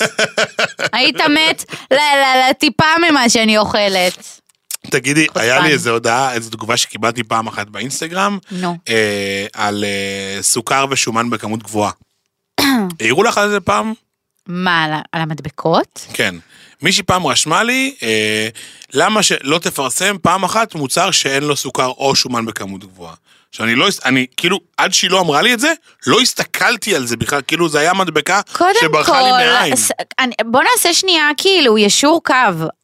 C: היית מת ל- ל- לטיפה ממה שאני אוכלת.
B: תגידי, היה
C: חוצפן.
B: לי איזו הודעה, איזו תגובה שקיבלתי פעם אחת באינסטגרם,
C: נו.
B: אה, על אה, סוכר ושומן בכמות גבוהה. העירו לך על זה פעם?
C: מה, על ה- על המדבקות?
B: כן. מישהי פעם רשמה לי, אה, למה שלא תפרסם פעם אחת מוצר שאין לו סוכר או שומן בכמות גבוהה. שאני לא, הס- אני כאילו, עד שהיא לא אמרה לי את זה, לא הסתכלתי על זה בכלל, כאילו זה היה מדבקה
C: קודם
B: שברחה לי מהעין.
C: כל, ס- אני- בוא נעשה שנייה כאילו ישור קו.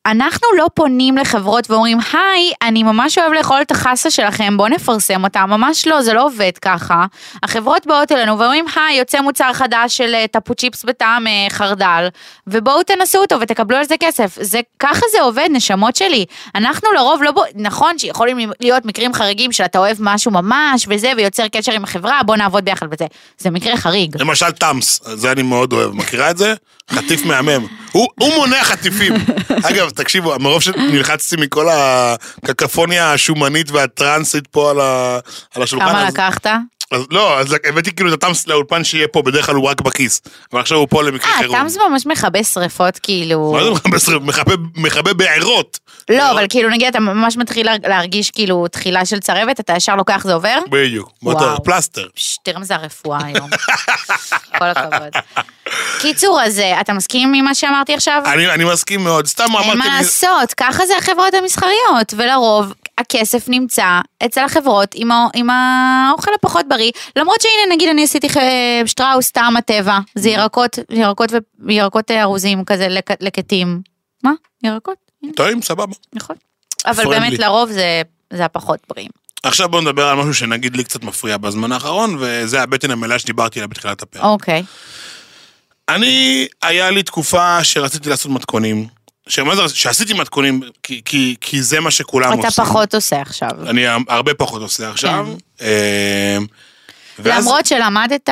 C: אנחנו לא פונים לחברות ואומרים, היי, אני ממש אוהב לאכול את החסה שלכם, בוא נפרסם אותה. ממש לא, זה לא עובד ככה. החברות באות אלינו ואומרים, היי, יוצא מוצר חדש של אה, טפו צ'יפס בטעם אה, חרדל, ובואו תנסו אותו ותקבלו על זה כסף. זה, ככה זה עובד, נשמות שלי. אנחנו לרוב לא... בוא- נכון שיכולים להיות מקרים חריגים של אתה אוהב משהו ממש וזה, ויוצר קשר עם החברה, בוא נעבוד ביחד וזה. זה מקרה חריג.
B: למשל תאמס, זה אני מאוד אוהב, מכירה את זה? חטיף מהמם. הוא, הוא מונע חטיפים. אגב, תקשיבו, מרוב שנלחצתי מכל הקקפוניה השומנית והטרנסית פה על, ה, על השולחן.
C: כמה
B: אז,
C: לקחת?
B: אז לא, אז הבאתי כאילו את התאמס לאולפן שיהיה פה, בדרך כלל הוא רק בכיס. אבל עכשיו הוא פה למקרה
C: אה,
B: חירום.
C: תאמס ממש מכבה שריפות, כאילו...
B: מה זה מכבה שריפות? מכבה- מכבה בעירות.
C: לא, אבל כאילו, נגיד, אתה ממש מתחיל להר- להרגיש כאילו תחילה של צרבת, אתה ישר לוקח, זה עובר?
B: בדיוק.
C: וואו.
B: מוטר, פלסטר.
C: פש, תראה מה זה הרפואה היום. כל הכבוד. קיצור, אז אה, אתה מסכים עם מה שאמרתי עכשיו?
B: אני, אני מסכים מאוד, סתם אה, אמרתי...
C: אין מה
B: לי-
C: לעשות, ככה זה החברות המסחריות, ולרוב הכסף נמצא אצל החברות עם, ה- עם האוכל הפחות בריא, למרות שהנה נגיד אני עשיתי אה, שטראוס טעם הטבע, זה
B: אוקיי.
C: ירקות, ירקות וירקות ארוזים כזה לק- לקטים, מה? ירקות, הנה,
B: טועים, סבבה.
C: נכון. אבל
B: Friendly.
C: באמת לרוב זה, זה הפחות בריאים.
B: עכשיו בואו נדבר על משהו שנגיד לי קצת מפריע בזמן האחרון, וזה הבטן המלאה שדיברתי עליה בתחילת הפרק.
C: אוקיי,
B: אני, היה לי תקופה שרציתי לעשות מתכונים. שמה זה, שעשיתי מתכונים, כי, כי, כי זה מה שכולם
C: אתה
B: עושים.
C: פחות עושה עכשיו.
B: אני הרבה פחות עושה עכשיו. אה, ואז-
C: למרות שלמדת,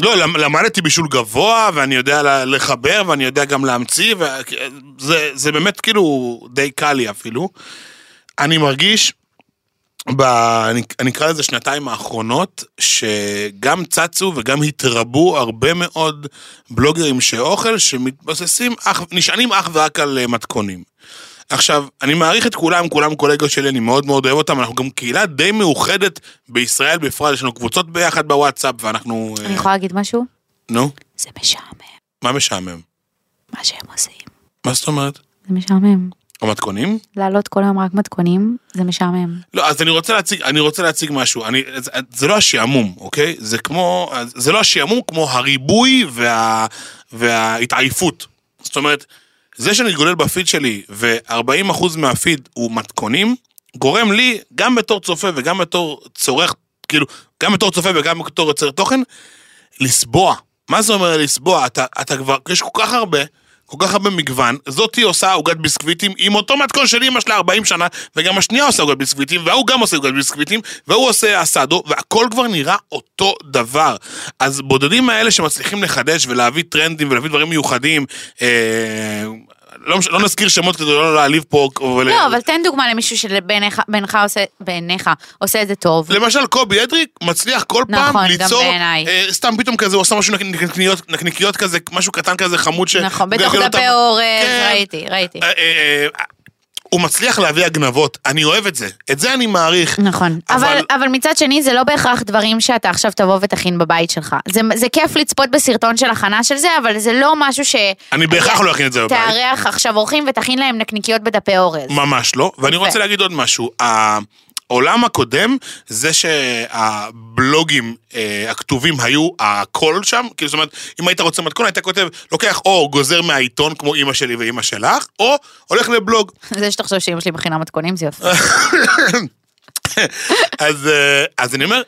B: לא, למ- למדתי בישול גבוה, ואני יודע ל- לחבר, ואני יודע גם להמציא, וזה זה באמת כאילו די קל לי אפילו. אני מרגיש, ב... אני, אני אקרא לזה שנתיים האחרונות, שגם צצו וגם התרבו הרבה מאוד בלוגרים של אוכל, שמתבססים, אך, נשענים אך ורק על אה, מתכונים. עכשיו, אני מעריך את כולם, כולם קולגות שלי, אני מאוד מאוד אוהב אותם, אנחנו גם קהילה די מאוחדת בישראל בפרט, יש לנו קבוצות ביחד בוואטסאפ, ואנחנו... אה,
C: אני יכולה להגיד משהו?
B: נו,
C: זה משעמם,
B: מה משעמם?
C: מה שהם עושים.
B: מה זאת אומרת?
C: זה משעמם.
B: המתכונים?
C: לעלות כל היום רק מתכונים, זה משעמם.
B: לא, אז אני רוצה להציג, אני רוצה להציג משהו. אני, זה, זה לא השעמום, אוקיי? זה כמו, זה לא השעמום כמו הריבוי וה, וההתעייפות. זאת אומרת, זה שאני גולל בפיד שלי ו-40% מהפיד הוא מתכונים, גורם לי, גם בתור צופה וגם בתור צורך, כאילו, גם בתור צופה וגם בתור יוצר תוכן, לסבוע. מה זה אומר לסבוע? אתה, אתה כבר, יש כל כך הרבה, כל כך הרבה מגוון, זאתי עושה עוגת ביסקוויטים עם אותו מתכון של אימא שלה 40 שנה, וגם השנייה עושה עוגת ביסקוויטים, וההוא גם עושה עוגת ביסקוויטים, והוא עושה אסדו, והכל כבר נראה אותו דבר. אז בודדים האלה שמצליחים לחדש ולהביא טרנדים ולהביא דברים מיוחדים, אה, לא, מש- לא נזכיר שמות כדי לא להעליב פה, אבל...
C: לא, אבל תן דוגמה למישהו שבעיניך בעיניך עושה- בעיניך עושה את זה טוב.
B: למשל קובי אדריק מצליח כל
C: נכון,
B: פעם
C: גם
B: ליצור,
C: בעיניי.
B: אה, סתם פתאום כזה, הוא עושה משהו נק- נקניקיות, נקניקיות כזה, משהו קטן כזה חמוד ש...
C: נכון, בתוך
B: מגלגל
C: דפי
B: אותם.
C: אורז,
B: כן.
C: ראיתי, ראיתי.
B: אה, אה, אה, הוא מצליח להביא הגנבות, אני אוהב את זה, את זה אני מעריך.
C: נכון, אבל,
B: אבל-
C: אבל מצד שני זה לא בהכרח דברים שאתה עכשיו תבוא ותכין בבית שלך. זה, זה כיף לצפות בסרטון של הכנה של זה, אבל זה לא משהו ש...
B: אני בהכרח לא אכין את זה בבית.
C: תארח עכשיו אורחים ותכין להם נקניקיות בדפי אורז.
B: ממש לא, ואני
C: יפה.
B: רוצה להגיד עוד משהו. העולם הקודם, זה שהבלוגים אה, הכתובים היו הכל שם, כאילו זאת אומרת, אם היית רוצה מתכון, היית כותב, לוקח או גוזר מהעיתון כמו אימא שלי ואימא שלך, או הולך לבלוג.
C: זה שאתה חושב שאמא שלי מכינה מתכונים זה יפה.
B: אז, אה, אז אני אומר,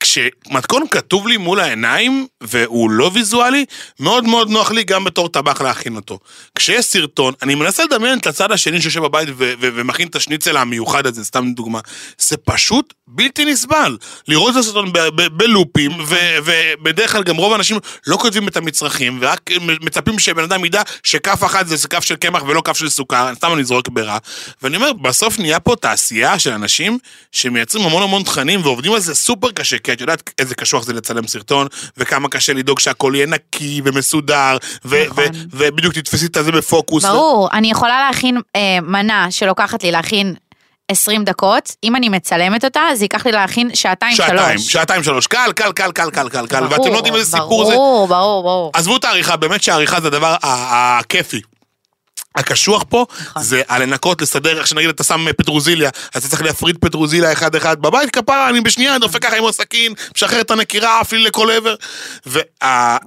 B: כשמתכון כתוב לי מול העיניים, והוא לא ויזואלי, מאוד מאוד נוח לי גם בתור טבח להכין אותו. כשיש סרטון, אני מנסה לדמיין את הצד השני שיושב בבית ו- ו- ומכין את השניצל המיוחד הזה, סתם דוגמה. זה פשוט בלתי נסבל. לראות את הסרטון ב- ב- בלופים, ו- ובדרך כלל גם רוב האנשים לא כותבים את המצרכים, ורק מצפים שבן אדם ידע שכף אחת זה כף של קמח ולא כף של סוכר, סתם אני זורק ברע. ואני אומר, בסוף נהיה פה תעשייה של אנשים שמייצרים המון המון תכנים ועובדים על זה סופר קשה, כי את יודעת איזה קשוח זה לצלם סרטון, וכמה קשה לדאוג שהכל יהיה נקי ומסודר, ו-
C: נכון.
B: ו- ובדיוק תתפסי את זה בפוקוס.
C: ברור, אני יכולה להכין אה, מנה שלוקחת לי להכין 20 דקות, אם אני מצלמת אותה, זה ייקח לי להכין שעתיים, שלוש.
B: שעתיים, שעתיים שלוש, קל, קל, קל, קל, קל, קל, קל, ואתם
C: ברור,
B: לא יודעים איזה סיפור זה.
C: ברור, ברור, ברור.
B: עזבו את העריכה, באמת שהעריכה זה הדבר ה- ה- הכיפי. הקשוח פה
C: נכון.
B: זה הלנקות, לסדר, איך שנגיד אתה שם אה, פטרוזיליה, אז אתה צריך להפריד פטרוזיליה אחד-אחד בבית, כפרה, אני בשנייה דופק ככה עם הסכין, משחרר את הנקירה, עף לי לכל עבר.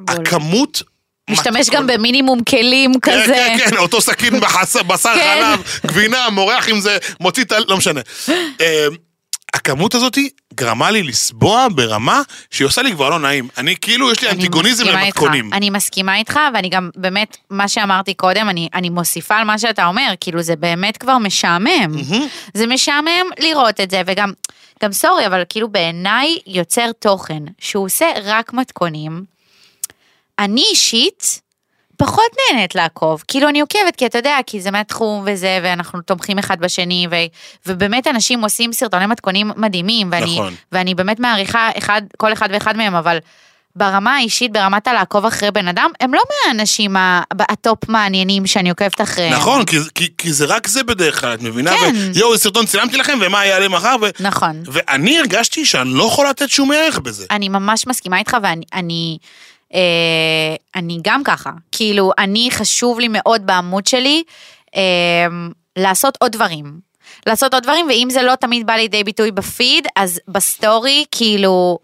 B: והכמות...
C: משתמש גם במינימום כלים
B: אה, כן,
C: כזה.
B: כן, כן, אותו סכין בחס- בשר
C: כן.
B: חלב, גבינה, מורח עם זה, מוציא את ה... לא משנה. אה, הכמות הזאת גרמה לי לסבוע ברמה שהיא עושה לי כבר לא נעים. אני כאילו, יש לי
C: אני
B: אנטיגוניזם
C: מסכימה איתך.
B: למתכונים.
C: אני מסכימה איתך, ואני גם באמת, מה שאמרתי קודם, אני, אני מוסיפה על מה שאתה אומר, כאילו זה באמת כבר משעמם. זה משעמם לראות את זה, וגם, גם סורי, אבל כאילו בעיניי יוצר תוכן שהוא עושה רק מתכונים. אני אישית, פחות נהנית לעקוב, כאילו אני עוקבת, כי אתה יודע, כי זה מהתחום וזה, ואנחנו תומכים אחד בשני, ו, ובאמת אנשים עושים סרטוני מתכונים מדהימים, ואני,
B: נכון.
C: ואני באמת מעריכה אחד, כל אחד ואחד מהם, אבל ברמה האישית, ברמת הלעקוב אחרי בן אדם, הם לא מהאנשים ה- הטופ מעניינים שאני עוקבת אחריהם.
B: נכון, כי, כי, כי זה רק זה בדרך כלל, את מבינה?
C: כן.
B: ויואו, איזה סרטון צילמתי לכם, ומה יעלה מחר? ו...
C: נכון.
B: ואני הרגשתי שאני לא יכול לתת שום ערך בזה.
C: אני ממש מסכימה איתך, ואני אני, אה, אני גם ככה. כאילו, אני, חשוב לי מאוד בעמוד שלי אה, לעשות עוד דברים. לעשות עוד דברים, ואם זה לא תמיד בא לידי ביטוי בפיד, אז בסטורי, כאילו...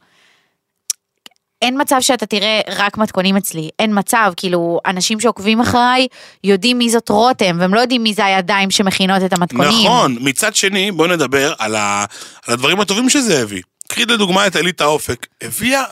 C: אין מצב שאתה תראה רק מתכונים אצלי, אין מצב, כאילו, אנשים שעוקבים אחריי יודעים מי זאת רותם, והם לא יודעים מי זה הידיים שמכינות את המתכונים.
B: נכון, מצד שני, בואו נדבר על, ה... על הדברים הטובים שזה הביא. קחי לדוגמה את אליטה אופק, הביאה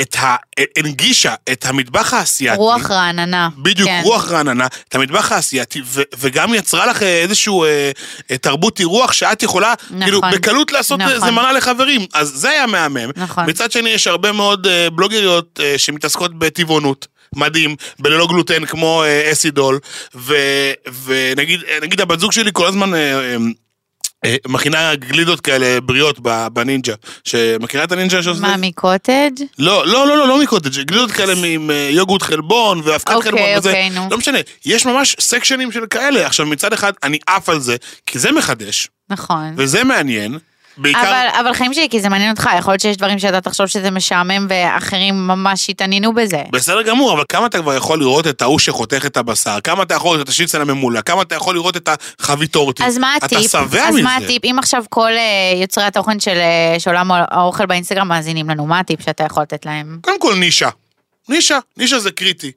B: את ה... הנגישה את המטבח האסייתי.
C: רוח רעננה.
B: בדיוק,
C: כן.
B: כן. רוח רעננה, את המטבח האסייתי, ו- וגם יצרה לך אה, איזשהו אה, אה, תרבות אירוח שאת יכולה,
C: נכון.
B: נכון, כאילו, בקלות לעשות
C: נכון.
B: נכון. איזה מנה לחברים. אז זה היה מהמם.
C: נכון.
B: מצד שני, יש הרבה מאוד אה, בלוגריות אה, שמתעסקות בטבעונות. מדהים, בללא גלוטן כמו אה, אסידול, ו- ונגיד אה, נגיד הבת זוג שלי כל הזמן... אה, אה, אה, מכינה גלידות כאלה בריאות ב- בנינג'ה, שמכירה את הנינג'ה שעושה?
C: מה, מקוטג'?
B: לא, לא, לא, לא, לא מקוטג', גלידות כאלה עם אה, יוגורט חלבון ואבקת
C: אוקיי,
B: חלבון וזה.
C: אוקיי, נו.
B: לא משנה, יש ממש סקשנים של כאלה. עכשיו, מצד אחד, אני עף על זה, כי זה מחדש,
C: נכון.
B: וזה מעניין. בעיקר...
C: אבל, אבל חיים שלי, כי זה מעניין אותך, יכול להיות שיש דברים שאתה תחשוב שזה משעמם ואחרים ממש יתעניינו בזה.
B: בסדר גמור, אבל כמה אתה כבר יכול לראות את ההוא שחותך את הבשר? כמה אתה יכול לראות את השניצל הממולא? כמה אתה יכול לראות את החבית טורטי?
C: אז מה הטיפ?
B: אתה שבע
C: אז
B: מזה.
C: מה הטיפ? אם עכשיו כל אה, יוצרי התוכן של אה, של עולם האוכל באינסטגרם מאזינים לנו, מה הטיפ שאתה יכול לתת להם?
B: קודם כל נישה. נישה, נישה זה קריטי.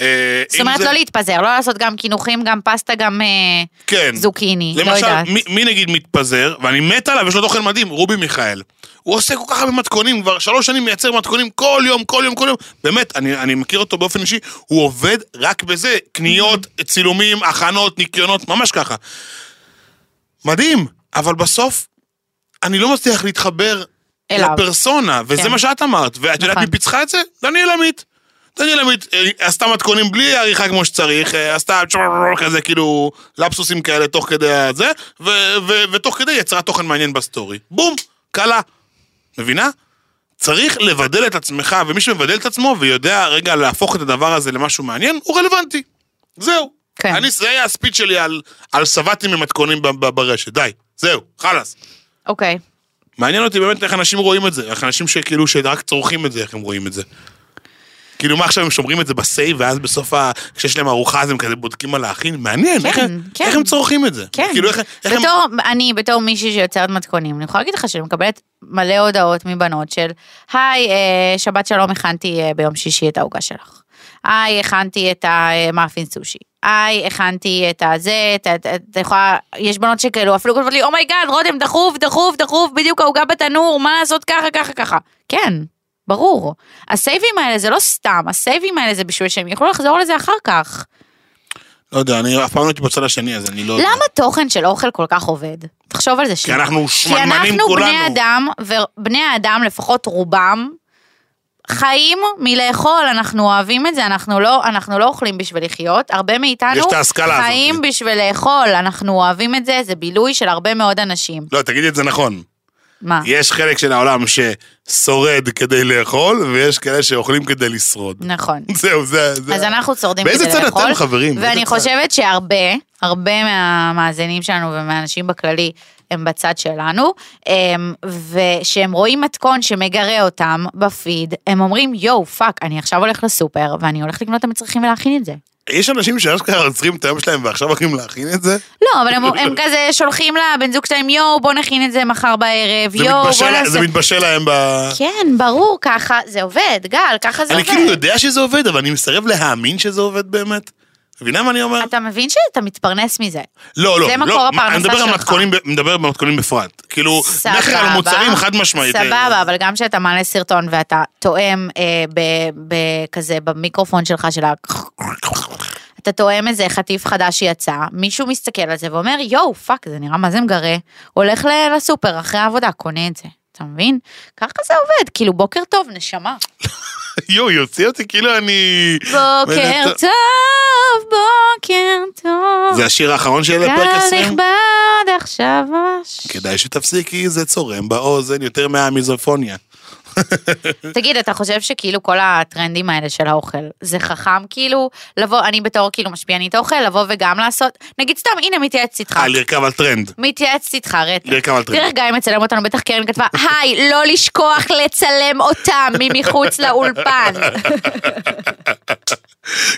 B: אה,
C: זאת
B: אם
C: אומרת,
B: זה-
C: לא להתפזר, לא לעשות גם קינוחים, גם פסטה, גם אה,
B: כן.
C: זוקיני, לא
B: למשל,
C: יודעת.
B: מי- מי נגיד מתפזר, ואני מת עליו, יש לו תוכן מדהים, רובי מיכאל. הוא עושה כל כך הרבה מתכונים, כבר שלוש שנים מייצר מתכונים כל יום, כל יום, כל יום. באמת, אני, אני מכיר אותו באופן אישי, הוא עובד רק בזה. קניות,
C: Mm-hmm.
B: צילומים, הכנות, ניקיונות, ממש ככה. מדהים, אבל בסוף, אני לא מצליח להתחבר
C: אליו.
B: לפרסונה, וזה
C: כן.
B: מה שאת אמרת. ואת יודעת
C: נכון.
B: מי פיצחה את זה? דניאל עמית. דניאל עמית אה, עשתה מתכונים בלי עריכה כמו שצריך, אה, עשתה כזה כאילו לפסוסים כאלה תוך כדי הזה, ו- ו- ותוך כדי יצרה תוכן מעניין בסטורי. בום, קלה. מבינה? צריך לבדל את עצמך, ומי שמבדל את עצמו ויודע רגע להפוך את הדבר הזה למשהו מעניין, הוא רלוונטי. זהו.
C: כן.
B: אני, זה היה הספיד שלי על, על סבטים ממתכונים ב- ב- ברשת, די. זהו, חלאס.
C: אוקיי.
B: מעניין אותי באמת איך אנשים רואים את זה, איך אנשים שכאילו שרק צורכים את זה, איך הם רואים את זה. כאילו מה עכשיו הם שומרים את זה בסייב, ואז בסוף ה... כשיש להם ארוחה אז הם כזה בודקים על האחים, מעניין,
C: כן,
B: איך, הם-
C: כן.
B: איך הם צורכים את זה.
C: כן.
B: כאילו איך, איך הם...
C: בתור, אני, בתור מישהי שיוצרת מתכונים, אני יכולה להגיד לך שאני מקבלת מלא הודעות מבנות של, היי, אה, שבת שלום, הכנתי אה, ביום שישי את העוגה שלך. היי, הכנתי את המאפין סושי. היי, הכנתי את הזה, את ה... את- את יכולה, יש בנות שכאלו, אפילו כותבות לי, אומייגאד, רותם, דחוף, דחוף, דחוף, בדיוק העוגה בתנור, מה לעשות ככה, ככה, ככה. כן, ברור. הסייבים האלה זה לא סתם, הסייבים האלה זה בשביל שהם יוכלו לחזור לזה אחר כך.
B: לא יודע, אני אף פעם לא הייתי בצד השני, אז אני לא... יודע.
C: למה תוכן של אוכל כל כך עובד? תחשוב על זה
B: כי
C: שנייה.
B: אנחנו שמנמנים
C: כי אנחנו
B: כולנו.
C: בני אדם, ובני האדם, לפחות רובם, חיים מלאכול, אנחנו אוהבים את זה, אנחנו לא, אנחנו לא אוכלים בשביל לחיות, הרבה מאיתנו
B: יש את ההשכלה הזאת.
C: חיים בשביל לאכול, אנחנו אוהבים את זה, זה בילוי של הרבה מאוד אנשים.
B: לא, תגידי את זה נכון.
C: מה?
B: יש חלק של העולם ששורד כדי לאכול, ויש כאלה שאוכלים כדי לשרוד.
C: נכון.
B: זהו, זה... זה-
C: אז אנחנו שורדים כדי
B: באיזה
C: לאכול.
B: צד אתם, חברים?
C: ואני
B: באיזה צד?
C: חושבת שהרבה, הרבה מהמאזינים שלנו ומהאנשים בכללי, הם בצד שלנו, אמ, וכשהם רואים מתכון שמגרה אותם בפיד, הם אומרים, יואו, פאק, אני עכשיו הולך לסופר, ואני הולך לקנות את המצרכים ולהכין את זה.
B: יש אנשים שאשכרה עוצרים את היום שלהם ועכשיו הולכים להכין את זה?
C: לא, אבל הם, הם כזה שולחים לבן זוג שלהם, יואו, בוא נכין את זה מחר בערב,
B: זה
C: יואו,
B: מתבשל
C: בוא
B: לה-
C: נעשה...
B: זה מתבשל להם ב...
C: כן, ברור, ככה זה עובד, גל, ככה זה
B: אני
C: עובד.
B: כאילו יודע שזה עובד, אבל אני מסרב להאמין שזה עובד באמת. מבינה מה אני אומר?
C: אתה מבין שאתה מתפרנס מזה.
B: לא, לא,
C: זה מקור
B: לא,
C: הפרנסה
B: אני מדבר על
C: שלך.
B: מתכונים ב- מדבר במתכונים בפרט. כאילו,
C: סבבה.
B: מכר על מוצרים חד משמעית. אה.
C: סבבה, אבל גם כשאתה מעלה סרטון ואתה תואם אה, ב- ב- כזה במיקרופון שלך של ה... אתה תואם איזה חטיף חדש שיצא, מישהו מסתכל על זה ואומר, יואו, פאק, זה נראה מה זה מגרה, הולך ל- לסופר אחרי העבודה, קונה את זה. אתה מבין? ככה זה עובד, כאילו בוקר טוב, נשמה.
B: יואו, יוציא אותי כאילו אני...
C: בוקר טוב, בוקר טוב.
B: זה השיר האחרון של פרק
C: קהל
B: 20?
C: נכבד עכשיו ממש.
B: כדאי שתפסיקי, זה צורם באוזן יותר מהמיזופוניה.
C: תגיד, אתה חושב שכאילו כל הטרנדים האלה של האוכל, זה חכם כאילו לבוא, אני בתור כאילו משפיענית אוכל, לבוא וגם לעשות, נגיד סתם, הנה מתייעצת איתך.
B: אה, לרכב על טרנד.
C: מתייעצת איתך, רטה.
B: לרכב על
C: תראה,
B: טרנד.
C: גיא מצלם אותנו, בטח קרן כתבה, היי, לא לשכוח לצלם אותם ממחוץ לאולפן.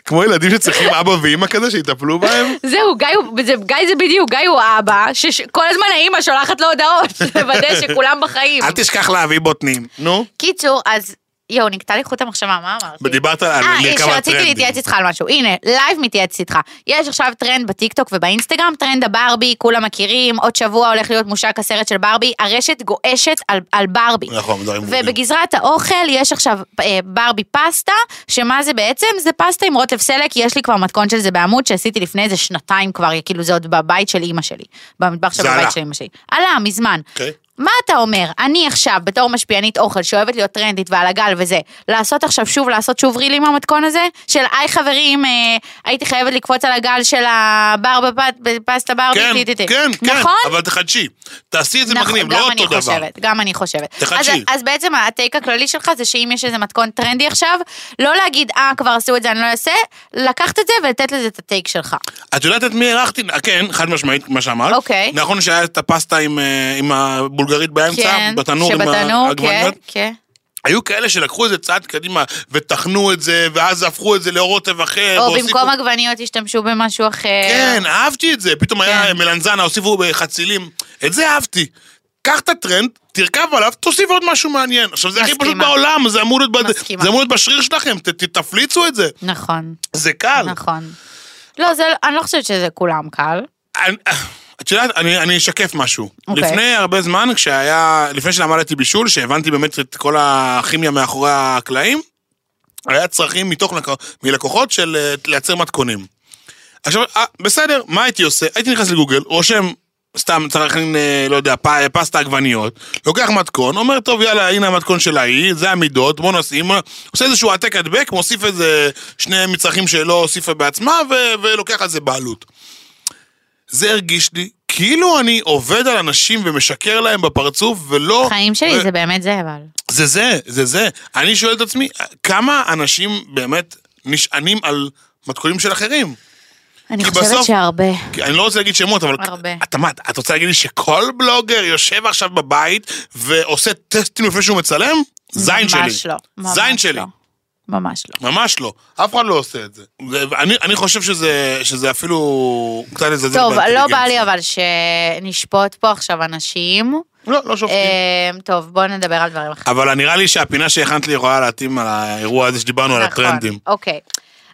B: כמו ילדים שצריכים אבא ואימא כזה שיטפלו בהם.
C: זהו, גיא הוא- זה- גיא זה בדיוק, גיא הוא אבא, שכל הזמן האימא שולחת לו הודעות, לוודא שכולם בחיים.
B: אל תשכח להביא בוטנים. נו.
C: קיצור, אז, יואו, נקטע לי חוט המחשבה, מה אמרתי?
B: דיברת על לרכב על
C: אה,
B: טרנד.
C: שרציתי להתייעץ איתך על משהו. הנה, לייב מתייעץ איתך. יש עכשיו טרנד בטיקטוק ובאינסטגרם, טרנד הברבי, כולם מכירים, עוד שבוע הולך להיות מושק הסרט של ברבי, הרשת גועשת על, על ברבי.
B: נכון, דברים ברורים.
C: ובגזרת האוכל יש עכשיו אה, ברבי פסטה, שמה זה בעצם? זה פסטה עם רוטב סלק, יש לי כבר מתכון של זה בעמוד שעשיתי לפני איזה שנתיים כבר, כאילו זה עוד בבית של אימא שלי. במטבח של
B: זה עלה.
C: בבית של אימא שלי. עלה, מזמן.
B: אוקיי.
C: מה אתה אומר? אני עכשיו, בתור משפיענית אוכל, שאוהבת להיות טרנדית ועל הגל וזה, לעשות עכשיו שוב, לעשות שוב ריל עם המתכון הזה? של היי חברים, אה, הייתי חייבת לקפוץ על הגל של הבר בפ- בפסטה ברבי,
B: כן,
C: טי-טי-טי.
B: כן, כן,
C: נכון?
B: אבל תחדשי. תעשי את זה
C: נכון,
B: מגניב,
C: גם
B: לא
C: אני
B: אותו דבר.
C: חושבת, גם אני חושבת.
B: תחדשי.
C: אז- אז בעצם הטייק הכללי שלך זה שאם יש איזה מתכון טרנדי עכשיו, לא להגיד, אה, כבר עשו את זה, אני לא אעשה, לקחת את זה ולתת לזה את הטייק שלך.
B: את יודעת את מי הערכתי? כן, חד משמעית, מה שאמרת.
C: אוקיי.
B: נכון שהיה את הפסטה עם, אה, עם הבולגרית באמצע,
C: כן,
B: בתנור עם
C: שבתנור, כן,
B: העגבניות.
C: כן.
B: היו כאלה שלקחו איזה צעד קדימה וטחנו את זה, ואז הפכו את זה לרוטב אחר.
C: או
B: והוסיפו-
C: במקום עגבניות השתמשו במשהו אחר.
B: כן, אהבתי את זה. פתאום היה
C: כן.
B: מלנזנה, הוסיפו בחצילים. את זה אהבתי. קח את הטרנד, תרכב עליו, תוסיף עוד משהו מעניין. עכשיו, זה הכי
C: מסכימה.
B: פשוט בעולם, זה אמור להיות בד-
C: מסכימה.
B: זה אמור להיות בשריר שלכם, ת- ת- תפליצו את זה.
C: נכון,
B: זה קל.
C: נכון. לא, זה, אני לא חושבת שזה כולם קל.
B: אני- את יודעת, אני, אני אשקף משהו. Okay.
C: אוקיי.
B: לפני הרבה זמן, כשהיה, לפני שלמדתי בישול, שהבנתי באמת את כל הכימיה מאחורי הקלעים, היה צרכים מתוך, לקוח- מלקוחות של אה, לייצר מתכונים. עכשיו, אה, בסדר, מה הייתי עושה? הייתי נכנס לגוגל, רושם סתם צריך להכין, אה, לא יודע, פ, פסטה עגבניות, לוקח מתכון, אומר, טוב, יאללה, הנה המתכון של ההיא, זה המידות, בוא נשים, עושה איזשהו העתק הדבק, מוסיף איזה שני מצרכים שלא הוסיפה בעצמה, ו, ולוקח על זה בעלות. זה הרגיש לי כאילו אני עובד על אנשים ומשקר להם בפרצוף, ולא...
C: חיים שלי
B: ו-
C: זה באמת זה, אבל.
B: זה זה, זה זה. אני שואל את עצמי, כמה אנשים באמת נשענים על מתכונים של אחרים?
C: אני
B: כי
C: חושבת
B: בסוף-
C: שהרבה.
B: כי אני לא רוצה להגיד שמות, אבל...
C: הרבה.
B: את אמרת, את רוצה להגיד לי שכל בלוגר יושב עכשיו בבית ועושה טסטים לפני שהוא מצלם? זין שלי.
C: ממש לא. ממש
B: זין שלי.
C: לא. ממש לא.
B: ממש לא. אף אחד לא עושה את זה. זה- אני, אני חושב שזה, שזה אפילו קצת לזלזל
C: טוב, לא בא לי
B: באינטליגנציה.
C: אבל שנשפוט פה עכשיו אנשים.
B: לא, לא שופטים.
C: אמ, טוב, בואו נדבר על דברים אחרים.
B: אבל נראה לי שהפינה שהכנת לי יכולה להתאים על האירוע הזה שדיברנו על
C: נכון,
B: הטרנדים.
C: אוקיי.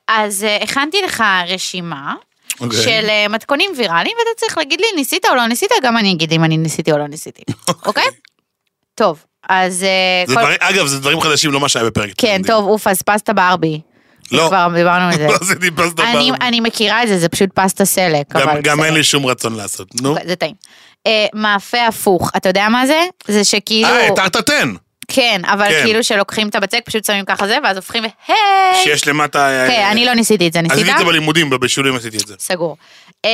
C: אז אה, הכנתי לך רשימה.
B: אוקיי.
C: של אה, מתכונים ויראליים, ואתה צריך להגיד לי, ניסית או לא ניסית, גם אני אגיד אם אני ניסיתי או לא ניסיתי, אוקיי? טוב, אז... אה,
B: זה
C: כל-
B: דברים, אגב, זה דברים חדשים, לא מה שהיה בפרק.
C: כן,
B: הטרנדים.
C: טוב, אוף, אז פסטה בארבי.
B: לא.
C: כבר דיברנו על זה.
B: לא עשיתי פסטה
C: אני-
B: בארבע.
C: אני מכירה את זה, זה פשוט פסטה סלק,
B: גם-
C: אבל...
B: גם
C: בסדר.
B: אין לי שום רצון לעשות, נו.
C: אוקיי, זה טעים. אה, מאפה הפוך, אתה יודע מה זה? זה שכאילו...
B: אה, את הטרטטן.
C: כן, אבל
B: כן.
C: כאילו שלוקחים את הבצק, פשוט שמים ככה זה, ואז הופכים והי!
B: שיש למטה... אה,
C: כן, אני לא ניסיתי את זה,
B: ניסית?
C: ניסית?
B: עשיתי את זה בלימודים, בבישולים עשיתי את זה.
C: סגור. אה,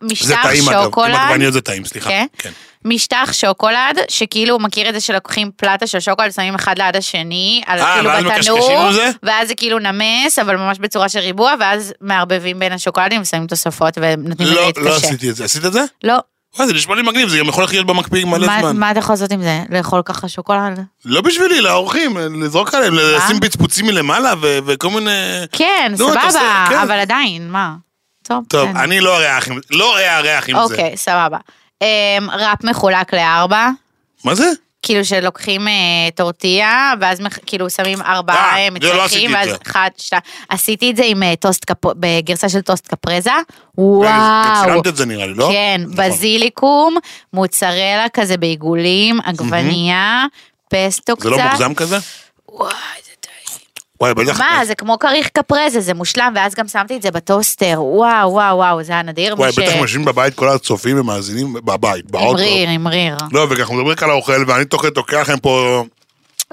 B: זה
C: משטח
B: טעים אגב, עם
C: שוקולד.
B: עגבניות זה טעים, סליחה.
C: כן?
B: כן.
C: משטח שוקולד, שכאילו הוא מכיר את זה שלוקחים פלטה של שוקולד, שמים אחד ליד השני, על
B: אה,
C: כאילו
B: ואז מקשקשים
C: בתנור,
B: עם זה?
C: ואז זה כאילו נמס, אבל ממש בצורה של ריבוע, ואז מערבבים בין השוקולדים ושמים תוספות ונותנים לזה
B: לא, לא
C: להתקשר.
B: עשיתי את זה. עשית את זה?
C: לא,
B: וואי, זה נשמע לי מגניב, זה גם יכול לחיות במקפיא מלא
C: מה-
B: זמן.
C: מה אתה יכול לעשות עם זה? לאכול ככה שוקולד?
B: לא בשבילי, לאורחים, לזרוק עליהם, לשים פצפוצים מלמעלה ו- וכל מיני...
C: כן,
B: נו, אתה עושה,
C: סבבה,
B: כן.
C: אבל עדיין, מה? טוב,
B: טוב,
C: בסדר.
B: אני לא אארח עם- לא אארח עם זה.
C: כן. אוקיי, סבבה. אמ, ראפ מחולק לארבע.
B: מה זה?
C: כאילו שלוקחים אה, טורטיה, ואז מח- כאילו שמים ארבעה
B: אה,
C: אה,
B: זה לא עשיתי
C: מצרכים,
B: את
C: ואז
B: זה.
C: אחת, שתיים. עשיתי את זה עם אה, טוסט קפו- בגרסה של טוסט קפרזה. וואו.
B: צילמת אה, את זה נראה לי, לא?
C: כן,
B: נכון.
C: בזיליקום, מוצרלה כזה בעיגולים, עגבנייה, פסטו קצת.
B: זה לא מוגזם כזה?
C: וואי, זה
B: וואי, בטח.
C: מה, זה כמו כריך קפרזה, זה מושלם, ואז גם שמתי את זה בטוסטר. וואו, וואו, וואו, זה לא היה נדיר.
B: וואי,
C: מי ש-
B: בטח יושבים בבית כל הצופים ומאזינים בבית,
C: עם
B: באוטו.
C: ריר, עם ריר.
B: לא, וכאנחנו מדברים כאן על האוכל, ואני תוך כדי תוקע לכם פה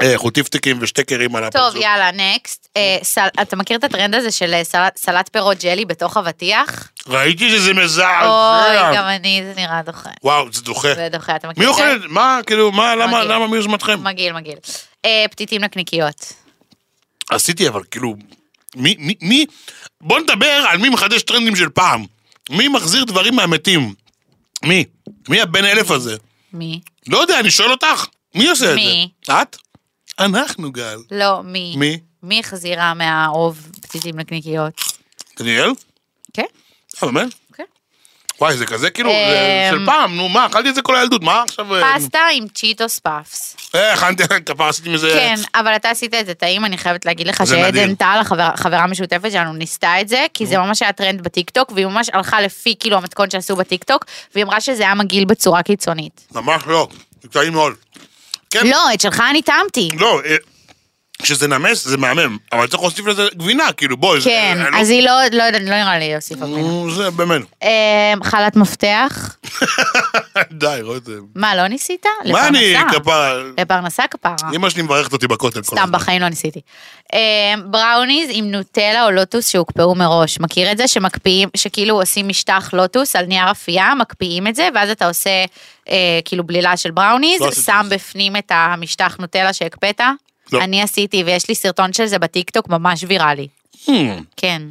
B: אה, חוטיפטיקים ושטקרים על הפרצוף.
C: טוב, יאללה, נקסט.
B: כן.
C: אתה מכיר את הטרנד הזה של אה, סל- סלט פירות ג'לי בתוך אבטיח?
B: ראיתי שזה
C: אוי, גם
B: מזעזע.
C: אני, זה נראה דוחה.
B: וואו, זה דוחה.
C: זה דוחה, אתה מכיר?
B: מי
C: את זה?
B: אוכל? את זה? מה, כאילו, מה, למה,
C: מגעיל.
B: למה מיוזמתכם?
C: מגעיל, מגעיל. אה, פתיתים נקניקיות.
B: עשיתי, אבל כאילו, מי, מי, מי, בוא נדבר על מי מחדש טרנדים של פעם. מי מחזיר דברים מהמתים? מי? מי הבן אלף הזה?
C: מי?
B: לא יודע, אני שואל אותך. מי עושה את
C: מי?
B: זה? את? אנחנו, גל.
C: לא, מי?
B: מי?
C: מי החזירה מהאוב פתיתים נקניקיות?
B: דניאל?
C: כן,
B: אה, באמת?
C: כן.
B: וואי, זה כזה כאילו, זה
C: אמ,
B: של פעם, נו מה, אכלתי את זה כל הילדות, מה עכשיו... אה,
C: פסטה עם צ'יטוס פאפס.
B: אה, אכלתי, כבר עשיתי מזה...
C: כן, אבל אתה עשית את זה טעים, אני חייבת להגיד לך
B: זה נדיר.
C: שעדן טל, החברה- חברה משותפת שלנו, ניסתה את זה, כי זה ממש היה טרנד בטיקטוק, והיא ממש הלכה לפי כאילו המתכון שעשו בטיקטוק, והיא אמרה שזה היה מגעיל בצורה קיצונית.
B: ממש לא, זה טעים מאוד. כן,
C: לא, את שלך אני טעמתי.
B: לא, אה, כשזה נמס זה מהמם, אבל צריך להוסיף לזה גבינה, כאילו בואי. זה-
C: כן,
B: אני לא-
C: אז היא לא, לא יודעת, לא נראה לי הוסיפה גבינה.
B: נו, זה באמת. אה.
C: אמ, חלת מפתח,
B: די, רותם.
C: מה, לא ניסית?
B: מה אני,
C: לפרנסה.
B: כפרה?
C: לפרנסה כפרה.
B: אמא שלי מברכת אותי בכותל כל
C: סתם,
B: הזמן.
C: בחיים לא ניסיתי. אמ, בראוניז עם נוטלה או לוטוס שהוקפאו מראש. מכיר את זה? שמקפיאים, שכאילו עושים משטח לוטוס על נייר אפייה, מקפיאים את זה, ואז אתה עושה אה, כאילו בלילה של בראוניז,
B: לא עשיתי
C: שם
B: את זה.
C: בפנים את המשטח נוטלה שהקפאת.
B: לא.
C: אני עשיתי, ויש לי סרטון של זה בטיקטוק, ממש ויראלי.
B: Hmm,
C: כן.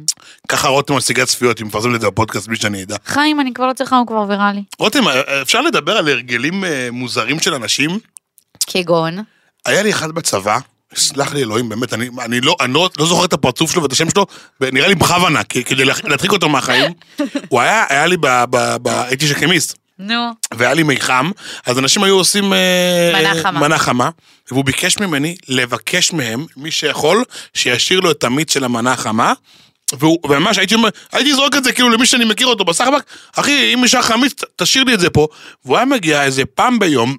B: ככה רותם משיגה צפיות, היא מפרסמת את זה בפודקאסט בלי שאני אדע.
C: חיים, אני כבר לא צריכה, הוא כבר ויראלי.
B: רותם, אה, אפשר לדבר על הרגלים אה, מוזרים של אנשים?
C: כגון.
B: היה לי אחד בצבא, סלח לי אלוהים, באמת, אני, אני, לא, אני לא, לא זוכר את הפרצוף שלו ואת השם שלו, נראה לי בכוונה, כי- כדי להח- להדחיק אותו מהחיים. הוא היה, היה לי, ב, ב, ב, הייתי שכמיסט.
C: נו.
B: והיה לי מיחם, אז אנשים היו עושים... אה,
C: מנה חמה.
B: מנה חמה, והוא ביקש ממני לבקש מהם, מי שיכול, שישאיר לו את המיץ של המנה החמה. והוא ממש הייתי אומר, הייתי זורק את זה כאילו למי שאני מכיר אותו בסחבק, אחי, אם נשאר לך מיץ, ת- תשאיר לי את זה פה. והוא היה מגיע איזה פעם ביום,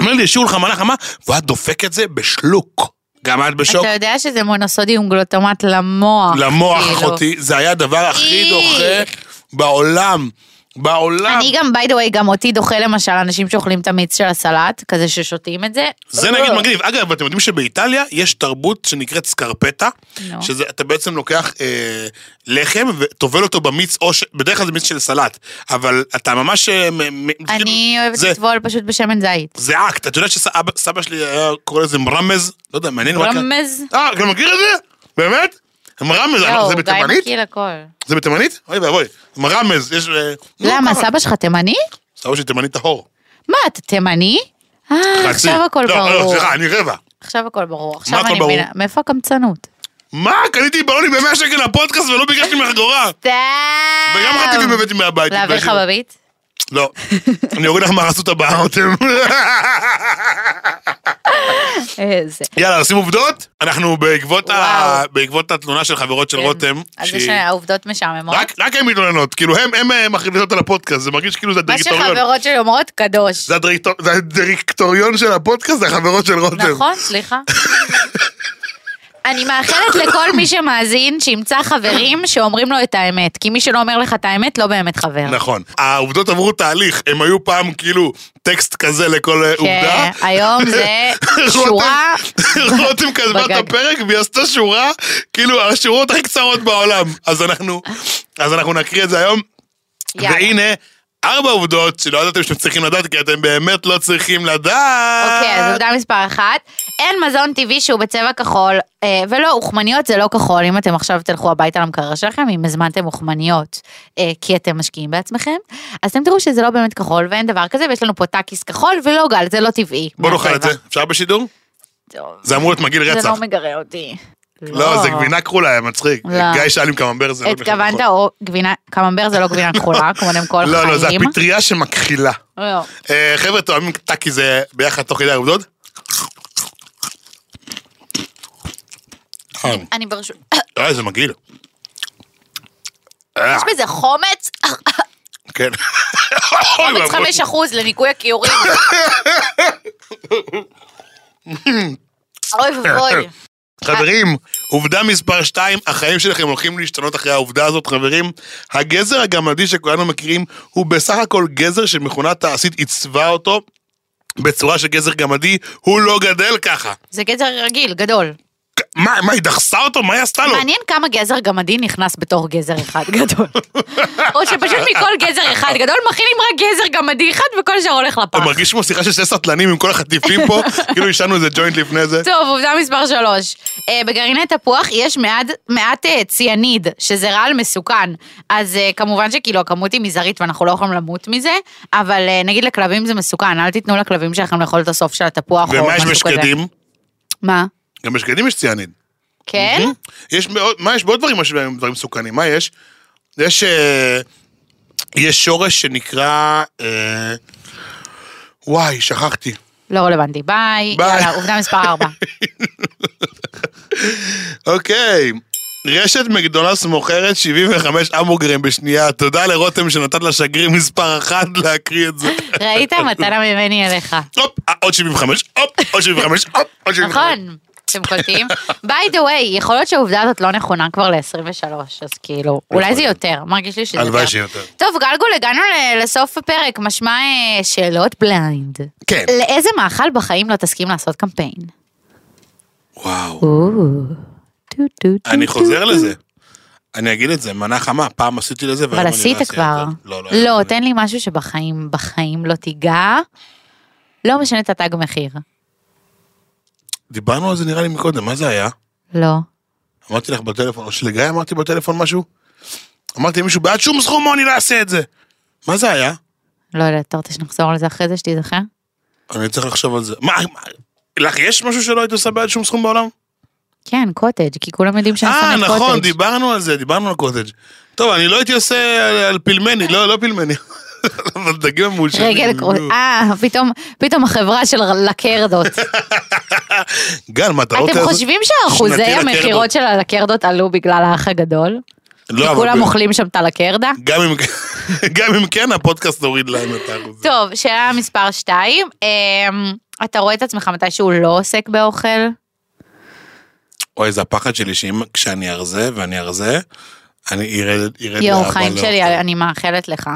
B: אומר לי, השאירו לך מנה חמה, והוא היה דופק את זה בשלוק. גם את בשוק?
C: אתה יודע שזה מונוסודיום גלוטומט למוח.
B: למוח
C: כאילו.
B: אחותי, זה היה הדבר הכי
C: איך.
B: דוחה בעולם. בעולם.
C: אני גם, by the way, גם אותי דוחה למשל אנשים שאוכלים את המיץ של הסלט, כזה ששותים את זה.
B: זה נגיד
C: לא.
B: מגניב. אגב, אתם יודעים שבאיטליה יש תרבות שנקראת סקרפטה,
C: נו.
B: שזה, אתה בעצם לוקח אה, לחם וטובל אותו במיץ, או ש... בדרך כלל זה מיץ של סלט, אבל אתה ממש... אה, מ- מ-
C: אני
B: כאילו,
C: אוהבת
B: זה-
C: לטבול פשוט בשמן זית.
B: זה אקט, אתה יודע שסבא סבא שלי היה קורא לזה מרמז? לא יודע, מעניין מה קרה.
C: רמז.
B: אה, אתה מכיר את זה? באמת? מרמז, אה,
C: יואו,
B: לא, זה
C: גיא
B: בתימנית?
C: מכיר הכל.
B: זה בתימנית? אוי ואבוי. מרמז, יש... אה, נו, כמה?
C: למה, סבא שלך תימני?
B: סבא שלי תימני טהור.
C: מה, אתה תימני? אה,
B: חצי.
C: עכשיו הכל
B: לא, לא,
C: ברור.
B: סליחה, אני רבע.
C: עכשיו הכל ברור. עכשיו
B: הכל
C: אני
B: ברור?
C: מבינה. מאיפה הקמצנות?
B: מה? קניתי בלונים ב-100 שקל לפודקאסט ולא ביקשתי מחגורה. וגם חטיפים הבאתי מהבית.
C: להעביר אה. לך
B: התביישתי.
C: בביט?
B: לא. אני אוריד לך מהרסות הבאה, רותם.
C: איזה.
B: יאללה, נשים עובדות? אנחנו בעקבות ה-
C: וואו. כן.
B: בעקבות התלונה של חברות של רותם.
C: אז זה
B: שהיא-
C: שהעובדות משעממות.
B: רק רק הן מתלוננות, כאילו הם- הם אה, מכריזות על הפודקאסט, זה מרגיש כאילו זה
C: מה
B: הדירקטוריון.
C: שחברות שלי אומרות, קדוש.
B: זה הדירקטור- זה הדירקטוריון של הפודקאסט, זה החברות של רותם.
C: נכון, סליחה. אני מאחלת לכל מי שמאזין שימצא חברים שאומרים לו את האמת, כי מי שלא אומר לך את האמת לא באמת חבר.
B: נכון. העובדות עברו תהליך, הם היו פעם כאילו טקסט כזה לכל אה, עובדה.
C: כן, היום זה שורה.
B: רותם- רותם כתבה את
C: בגג.
B: הפרק והיא עשתה שורה, כאילו השורות הכי קצרות בעולם. אז אנחנו, אז אנחנו נקריא את זה היום.
C: יאללה.
B: והנה, ארבע עובדות שלא ידעתם שאתם צריכים לדעת, כי אתם באמת לא צריכים לדעת.
C: אוקיי, אז עובדה מספר אחת. אין מזון טבעי שהוא בצבע כחול, אה, ולא, אוכמניות זה לא כחול. אם אתם עכשיו תלכו הביתה למקרר שלכם, אם הזמנתם אוכמניות אה, כי אתם משקיעים בעצמכם, אז אתם תראו שזה לא באמת כחול ואין דבר כזה, ויש לנו פה טאקיס כחול ולא גל, זה לא טבעי.
B: בוא נאכל את
C: מהטבע.
B: זה. אפשר בשידור?
C: טוב,
B: זה אמור להיות מגעיל
C: זה
B: רצח.
C: לא מגרה אותי.
B: לא, זה גבינה כחולה, היה מצחיק.
C: לא.
B: גיא שאל אם קממבר זה לא בכלל
C: התכוונת,
B: נכון.
C: או גבינה, קממבר זה לא גבינה כחולה, קודם כל חיים.
B: לא, לא, זה הפטריה שמכחילה.
C: לא.
B: אה, חבר'ה, תואמים טאקי זה ביחד תוך כדי העובדות? אה,
C: אני ברשות...
B: אה, זה מגעיל. אה,
C: יש בזה חומץ?
B: כן. אוי,
C: חומץ
B: ואבוי.
C: 5% לניקוי הכיורים. אוי ואבוי.
B: חברים, עובדה מספר 2, החיים שלכם הולכים להשתנות אחרי העובדה הזאת, חברים. הגזר הגמדי שכולנו מכירים הוא בסך הכל גזר שמכונה תעשית עיצבה אותו בצורה של גזר גמדי, הוא לא גדל ככה.
C: זה גזר רגיל, גדול.
B: מה, מה, היא דחסה אותו? מה היא עשתה לו?
C: מעניין כמה גזר גמדי נכנס בתוך גזר אחד גדול. או שפשוט מכל גזר אחד גדול מכינים רק גזר גמדי אחד וכל השאר הולך לפח.
B: אני מרגיש כמו שיחה של שני סטלנים עם כל החטיפים פה, כאילו השארנו איזה ג'וינט לפני זה.
C: טוב, עובדה מספר שלוש. אה, בגרעיני תפוח יש מעט, מעט אה, ציאניד, שזה רעל מסוכן. אז אה, כמובן שכאילו הכמות היא מזערית ואנחנו לא יכולים למות מזה, אבל אה, נגיד לכלבים זה מסוכן, אל תיתנו לכלבים שלכם לאכול את הסוף של התפוח או נכון, משהו
B: ומה
C: כזה.
B: יש בשקדים? Mhm.
C: מה?
B: גם בשקדים יש ציאניד.
C: כן?
B: יש מאוד, מה יש בעוד דברים משווים, דברים מסוכנים? מה יש? יש, אה, יש שורש שנקרא, אה, וואי, שכחתי.
C: לא רלוונטי. ביי.
B: ביי.
C: יאללה, עובדה מספר ארבע.
B: אוקיי. רשת מקדונלדס מוכרת 75 המבורגרים בשנייה. תודה לרותם שנתת לשגריר מספר אחת להקריא את זה.
C: ראית? מתנה ממני אליך.
B: הופ, אה, עוד 75, הופ, עוד 75, הופ, עוד 75.
C: נכון. אתם קולטים? by the way, יכול להיות שהעובדה הזאת לא נכונה כבר ל-23, אז כאילו, אולי זה יותר, מרגיש לי שזה יותר.
B: הלוואי שיותר.
C: טוב, גלגול, הגענו ל- לסוף הפרק, משמע אה, שאלות בליינד.
B: כן.
C: לאיזה מאכל בחיים לא תסכים לעשות קמפיין?
B: וואו.
C: או, טו, טו, טו,
B: אני
C: טו,
B: חוזר
C: טו.
B: לזה. אני אגיד את זה, מנה חמה, פעם עשיתי לזה, והיום
C: אבל
B: אני לא
C: עשית
B: אעשה את זה.
C: כבר.
B: לא, לא.
C: לא,
B: אני-
C: תן לי משהו שבחיים, בחיים לא תיגע. לא משנה את התג מחיר.
B: דיברנו על זה נראה לי מקודם, מה זה היה?
C: לא.
B: אמרתי לך בטלפון, או שלגיא אמרתי בטלפון משהו? אמרתי למישהו, בעד שום סכום אני לא אעשה את זה. מה זה היה?
C: לא יודעת, אתה רוצה שנחזור על זה אחרי זה, שתיזכר?
B: אני צריך לחשוב על זה. מה, מה, לך יש משהו שלא היית עושה בעד שום סכום בעולם?
C: כן, קוטג', כי כולם יודעים שאני
B: אה,
C: שונא
B: נכון,
C: קוטג'.
B: דיברנו על זה, דיברנו על קוטג'. טוב, אני לא הייתי עושה על- על פילמני, לא, לא פילמני. אבל דגים המולשנים.
C: רגל קרוס,
B: נו.
C: אה, פתאום, פתאום החברה של לקרדות.
B: אוקיי, גל, מה, אתה לא
C: אתם
B: רוצה-
C: חושבים שאחוזי
B: שנתי לקרדות?
C: המכירות של הלקרדות עלו בגלל האח הגדול?
B: לא, אבל
C: כולם
B: ב-
C: אוכלים שם את הלקרדה?
B: גם אם- גם אם כן, הפודקאסט הוריד להם את האחוז.
C: טוב, שאלה מספר 2. אתה רואה את עצמך מתישהו לא עוסק באוכל?
B: אה, אוי, זה הפחד שלי שאם כשאני ארזה ואני ארזה, אני ארד ירד לאהבה
C: יואו,
B: לאוכל.
C: חיים שלי, אני מאחלת לך.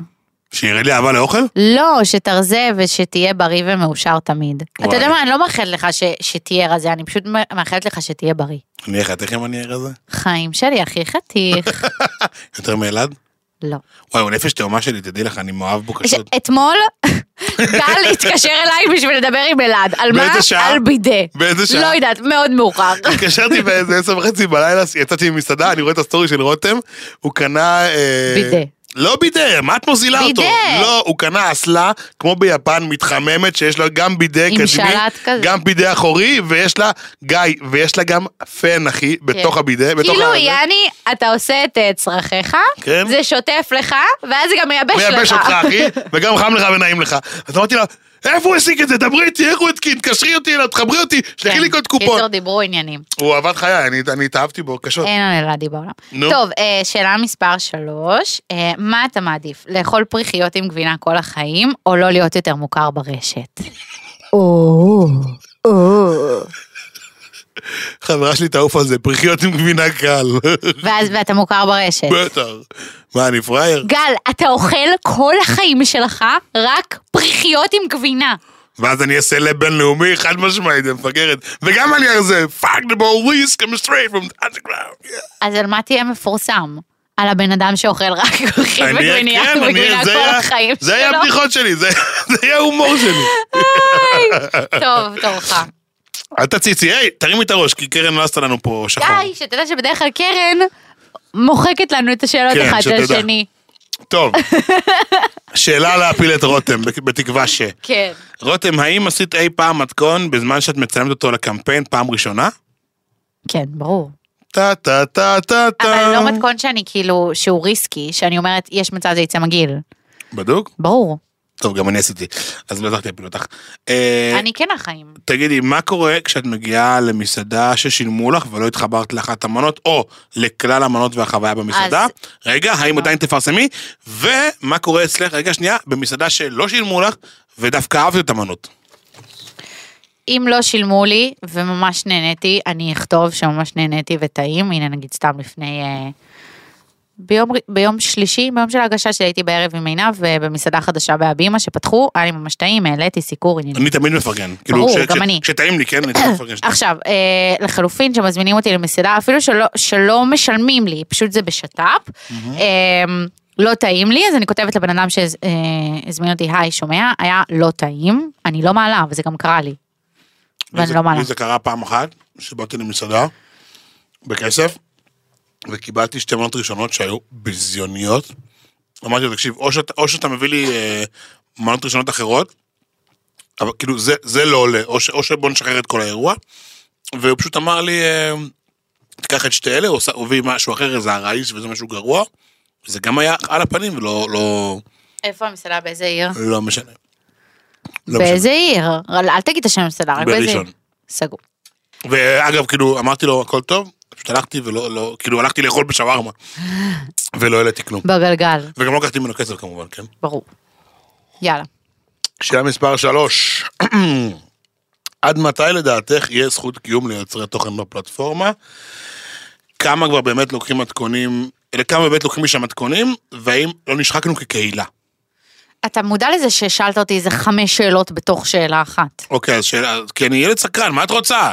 B: שירד לי אהבה לאוכל?
C: לא, שתרזה ושתהיה בריא ומאושר תמיד. אתה יודע
B: וואי.
C: מה, אני לא מאחלת לך ש- שתהיה רזה, אני פשוט מ- מאחלת לך שתהיה בריא.
B: אני אחתך אם אני ארזה?
C: חיים שלי, הכי חתיך.
B: יותר מאלעד?
C: לא.
B: וואי, הוא נפש תאומה שלי, תדעי לך, אני מאוהב בו
C: ש-
B: קשות.
C: אתמול גל התקשר אליי בשביל לדבר עם אלעד. על מה?
B: באיזה שעה?
C: על בידה.
B: באיזה שעה?
C: לא יודעת, מאוד מאוחר.
B: התקשרתי באיזה עשר וחצי בלילה, יצאתי ממסעדה, אני רואה את הסטורי של רותם, הוא קנה... אה,
C: בידה.
B: לא בידה, מה את מוזילה אותו?
C: בידה.
B: לא, הוא קנה אסלה, כמו ביפן, מתחממת, שיש לה גם בידה
C: עם
B: קדמי,
C: שלט כזה.
B: גם בידה אחורי, ויש לה, גיא, ויש לה גם פן, אחי, בתוך
C: כן.
B: הבידה, בתוך
C: כאילו,
B: הזה.
C: יעני, אתה עושה את אה, צרכיך,
B: כן.
C: זה שוטף לך, ואז זה גם מייבש לך. כן.
B: מייבש אותך, אחי, וגם חם לך ונעים לך. אז אמרתי לה, איפה הוא השיג את זה? דברי איתי, איך הוא התקין? תקשרי אותי אליו, תחברי אותי, שלחי לי קוד קופון.
C: כן, קיצור, כן. דיברו עניינים.
B: הוא אהבת חיי, אני- אני התאהבתי בו קשות.
C: אין על אלעדי בעולם.
B: נו.
C: טוב, אה, שאלה מספר שלוש, אה, מה אתה מעדיף, לאכול פריחיות עם גבינה כל החיים, או לא להיות יותר מוכר ברשת? או, או.
B: חברה שלי תעוף על זה, פריחיות עם גבינה קל.
C: ואז ואתה מוכר ברשת.
B: בטח. מה, אני פראייר?
C: גל, אתה אוכל כל החיים שלך רק פריחיות עם גבינה.
B: ואז אני אהיה סלב בינלאומי, חד משמעית, זה מפגרת. וגם אני ארזה, פאק דה בור ריס, קם סטרייט פום אנדרגראונד.
C: אז על מה תהיה מפורסם? על הבן אדם שאוכל רק פריחים וגבינייה וגבינה כל החיים שלו.
B: כן, זה היה הבדיחות שלי, זה זה היה ההומור שלי.
C: טוב, תורך.
B: אל תציצי, היי, תרימי את הראש, כי קרן לא עשתה לנו פה שחור.
C: גיא, שאתה יודע שבדרך כלל קרן מוחקת לנו את השאלות
B: כן,
C: אחד
B: שתדע.
C: של השני.
B: טוב, שאלה להפיל את רותם, בתקווה ש...
C: כן.
B: רותם, האם עשית אי פעם מתכון בזמן שאת מצלמת אותו לקמפיין פעם ראשונה?
C: כן, ברור.
B: טה טה טה טה טה.
C: אבל לא מתכון שאני כאילו, שהוא ריסקי, שאני אומרת, יש מצב זה יצא מגעיל.
B: בדוק? בדוק?
C: ברור.
B: טוב, גם אני עשיתי, אז לא הצלחתי להפיל אותך. אה,
C: אני כן החיים.
B: תגידי, מה קורה כשאת מגיעה למסעדה ששילמו לך ולא התחברת לאחת המנות, או לכלל המנות והחוויה במסעדה?
C: אז-
B: רגע, האם
C: לא.
B: עדיין תפרסמי? ומה קורה אצלך, רגע, שנייה, במסעדה שלא שילמו לך ודווקא אהבת את המנות.
C: אם לא שילמו לי וממש נהניתי, אני אכתוב שממש נהניתי וטעים, הנה נגיד סתם לפני... אה, ביום, ר- ביום שלישי, ביום של ההגשה שלי הייתי בערב עם עינב אה, במסעדה חדשה בהבימה שפתחו, היה לי ממש טעים, העליתי סיקור עניינים.
B: אני תמיד מפרגן. כאילו,
C: ברור,
B: כש-
C: גם
B: כש-
C: אני.
B: כשטעים לי, כן, אני תמיד מפרגן.
C: עכשיו, אה, לחלופין, שמזמינים אותי למסעדה, אפילו שלא, שלא משלמים לי, פשוט זה בשת"פ, אה, לא טעים לי, אז אני כותבת לבן אדם שהזמין אותי, היי, שומע, היה לא טעים, אני לא מעלה, וזה גם קרה לי.
B: לי
C: ואני
B: זה-
C: לא מעלה.
B: לי זה קרה פעם אחת, שבאתי למסעדה, בכסף, וקיבלתי שתי מנות ראשונות שהיו ביזיוניות. אמרתי לו, תקשיב, או שאתה, או שאתה מביא לי אה, מנות ראשונות אחרות, אבל כאילו, זה, זה לא עולה, או, ש, או שבוא נשחרר את כל האירוע. והוא פשוט אמר לי, אה, תיקח את שתי אלה, הוא עושה- הוא הביא משהו אחר, איזה הרייס וזה משהו גרוע. זה גם היה על הפנים, ולא, לא,
C: איפה המסעדה, באיזה עיר?
B: לא משנה. לא משנה.
C: באיזה עיר? אל אל תגיד את השם המסעדה, רק באיזה עיר.
B: בראשון.
C: סגור.
B: ואגב, כאילו, אמרתי לו, הכל טוב, פשוט הלכתי ולא, לא, כאילו, הלכתי לאכול בשווארמה. ולא העליתי כלום.
C: בגלגל,
B: וגם לא לקחתי ממנו כסף כמובן, כן?
C: ברור. יאללה.
B: שאלה מספר שלוש. עד מתי לדעתך יהיה זכות קיום ליוצרי תוכן בפלטפורמה? כמה כבר באמת לוקחים מתכונים, לכמה באמת לוקחים משם מתכונים, והאם לא נשחקנו כקהילה?
C: אתה מודע לזה ששאלת אותי איזה חמש שאלות בתוך שאלה אחת.
B: אוקיי, אז שאלה, כי אני ילד סקרן, מה את רוצה?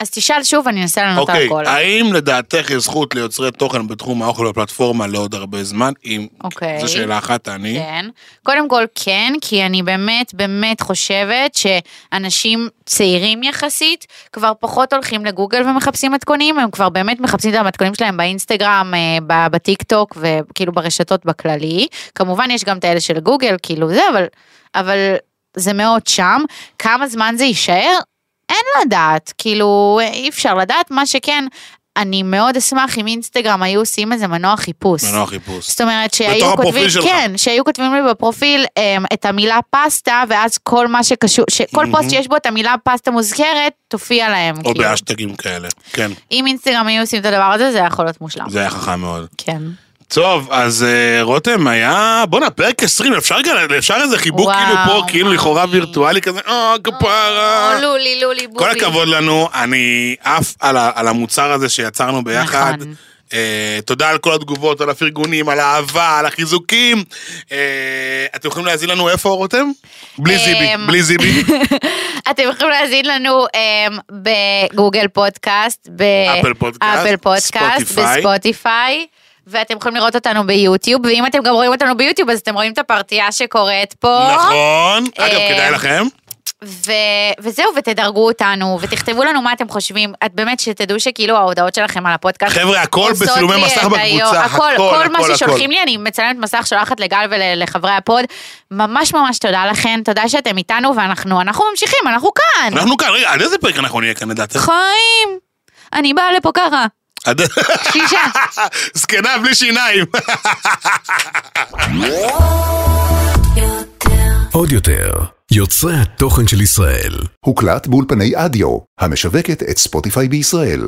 C: אז תשאל שוב, אני אנסה לענות על
B: אוקיי,
C: הכל.
B: האם לדעתך יש זכות ליוצרי תוכן בתחום האוכל בפלטפורמה לעוד הרבה זמן? אם...
C: אוקיי.
B: זו שאלה אחת, תעני.
C: כן. קודם כל כן, כי אני באמת באמת חושבת שאנשים צעירים יחסית כבר פחות הולכים לגוגל ומחפשים מתכונים, הם כבר באמת מחפשים את המתכונים שלהם באינסטגרם, אה, ב- בטיק טוק וכאילו ברשתות בכללי. כמובן יש גם את האלה של גוגל, כאילו זה, אבל, אבל זה מאוד שם. כמה זמן זה יישאר? אין לדעת, כאילו אי אפשר לדעת, מה שכן, אני מאוד אשמח אם אינסטגרם היו עושים איזה מנוע חיפוש.
B: מנוע חיפוש.
C: זאת אומרת
B: בתוך
C: שהיו
B: הפרופיל
C: כותבים,
B: שלך.
C: כן, שהיו כותבים לי בפרופיל אמ, את המילה פסטה, ואז כל מה שקשור, שכל פוסט שיש בו את המילה פסטה מוזכרת, תופיע להם.
B: או
C: כאילו.
B: באשטגים כאלה. כן,
C: אם אינסטגרם היו עושים את הדבר הזה, זה היה יכול להיות מושלם.
B: זה היה חכם מאוד.
C: כן.
B: טוב, אז אה, רותם היה, בואנה, פרק 20, אפשר גם- אפשר איזה חיבוק
C: וואו,
B: כאילו פה, כאילו
C: וואי.
B: לכאורה וירטואלי כזה, אה, כפרה.
C: או, לולי, לולי,
B: אה, כל
C: בובי.
B: הכבוד לנו, אני עף על, ה- על המוצר הזה שיצרנו ביחד.
C: נכון.
B: אה, תודה על כל התגובות, על הפרגונים, על האהבה, על החיזוקים. אה, אתם יכולים להזין לנו איפה רותם? בלי
C: אמ,
B: זיבי, בלי זיבי.
C: אתם יכולים להזין לנו אמ, בגוגל פודקאסט,
B: אפל פודקאסט,
C: באפל פודקאסט,
B: ספוטיפיי.
C: בספוטיפיי. ואתם יכולים לראות אותנו ביוטיוב, ואם אתם גם רואים אותנו ביוטיוב, אז אתם רואים את הפרטייה שקורית פה.
B: נכון. אגב,
C: אמ,
B: כדאי לכם.
C: ו... וזהו, ותדרגו אותנו, ותכתבו לנו מה אתם חושבים. את באמת, שתדעו שכאילו ההודעות שלכם על הפודקאסט...
B: חבר'ה, הכל
C: עושות
B: בצילומי
C: לי
B: מסך
C: את היום.
B: בקבוצה,
C: הכל,
B: הכל,
C: כל
B: הכל,
C: מה ששולחים
B: הכל.
C: לי, אני מצלמת מסך, שולחת לגל ולחברי הפוד. ממש ממש תודה לכם, תודה שאתם איתנו, ואנחנו אנחנו ממשיכים, אנחנו כאן.
B: אנחנו כאן, רגע, עד איזה פרק אנחנו נהיה כאן לדעתך?
C: חיים! אני באה לפה ככה.
B: עד-
C: שישה.
B: זקנה בלי שיניים.
A: עוד יותר, יוצרי התוכן של ישראל.
D: הוקלט באולפני אדיו, המשווקת את ספוטיפיי בישראל.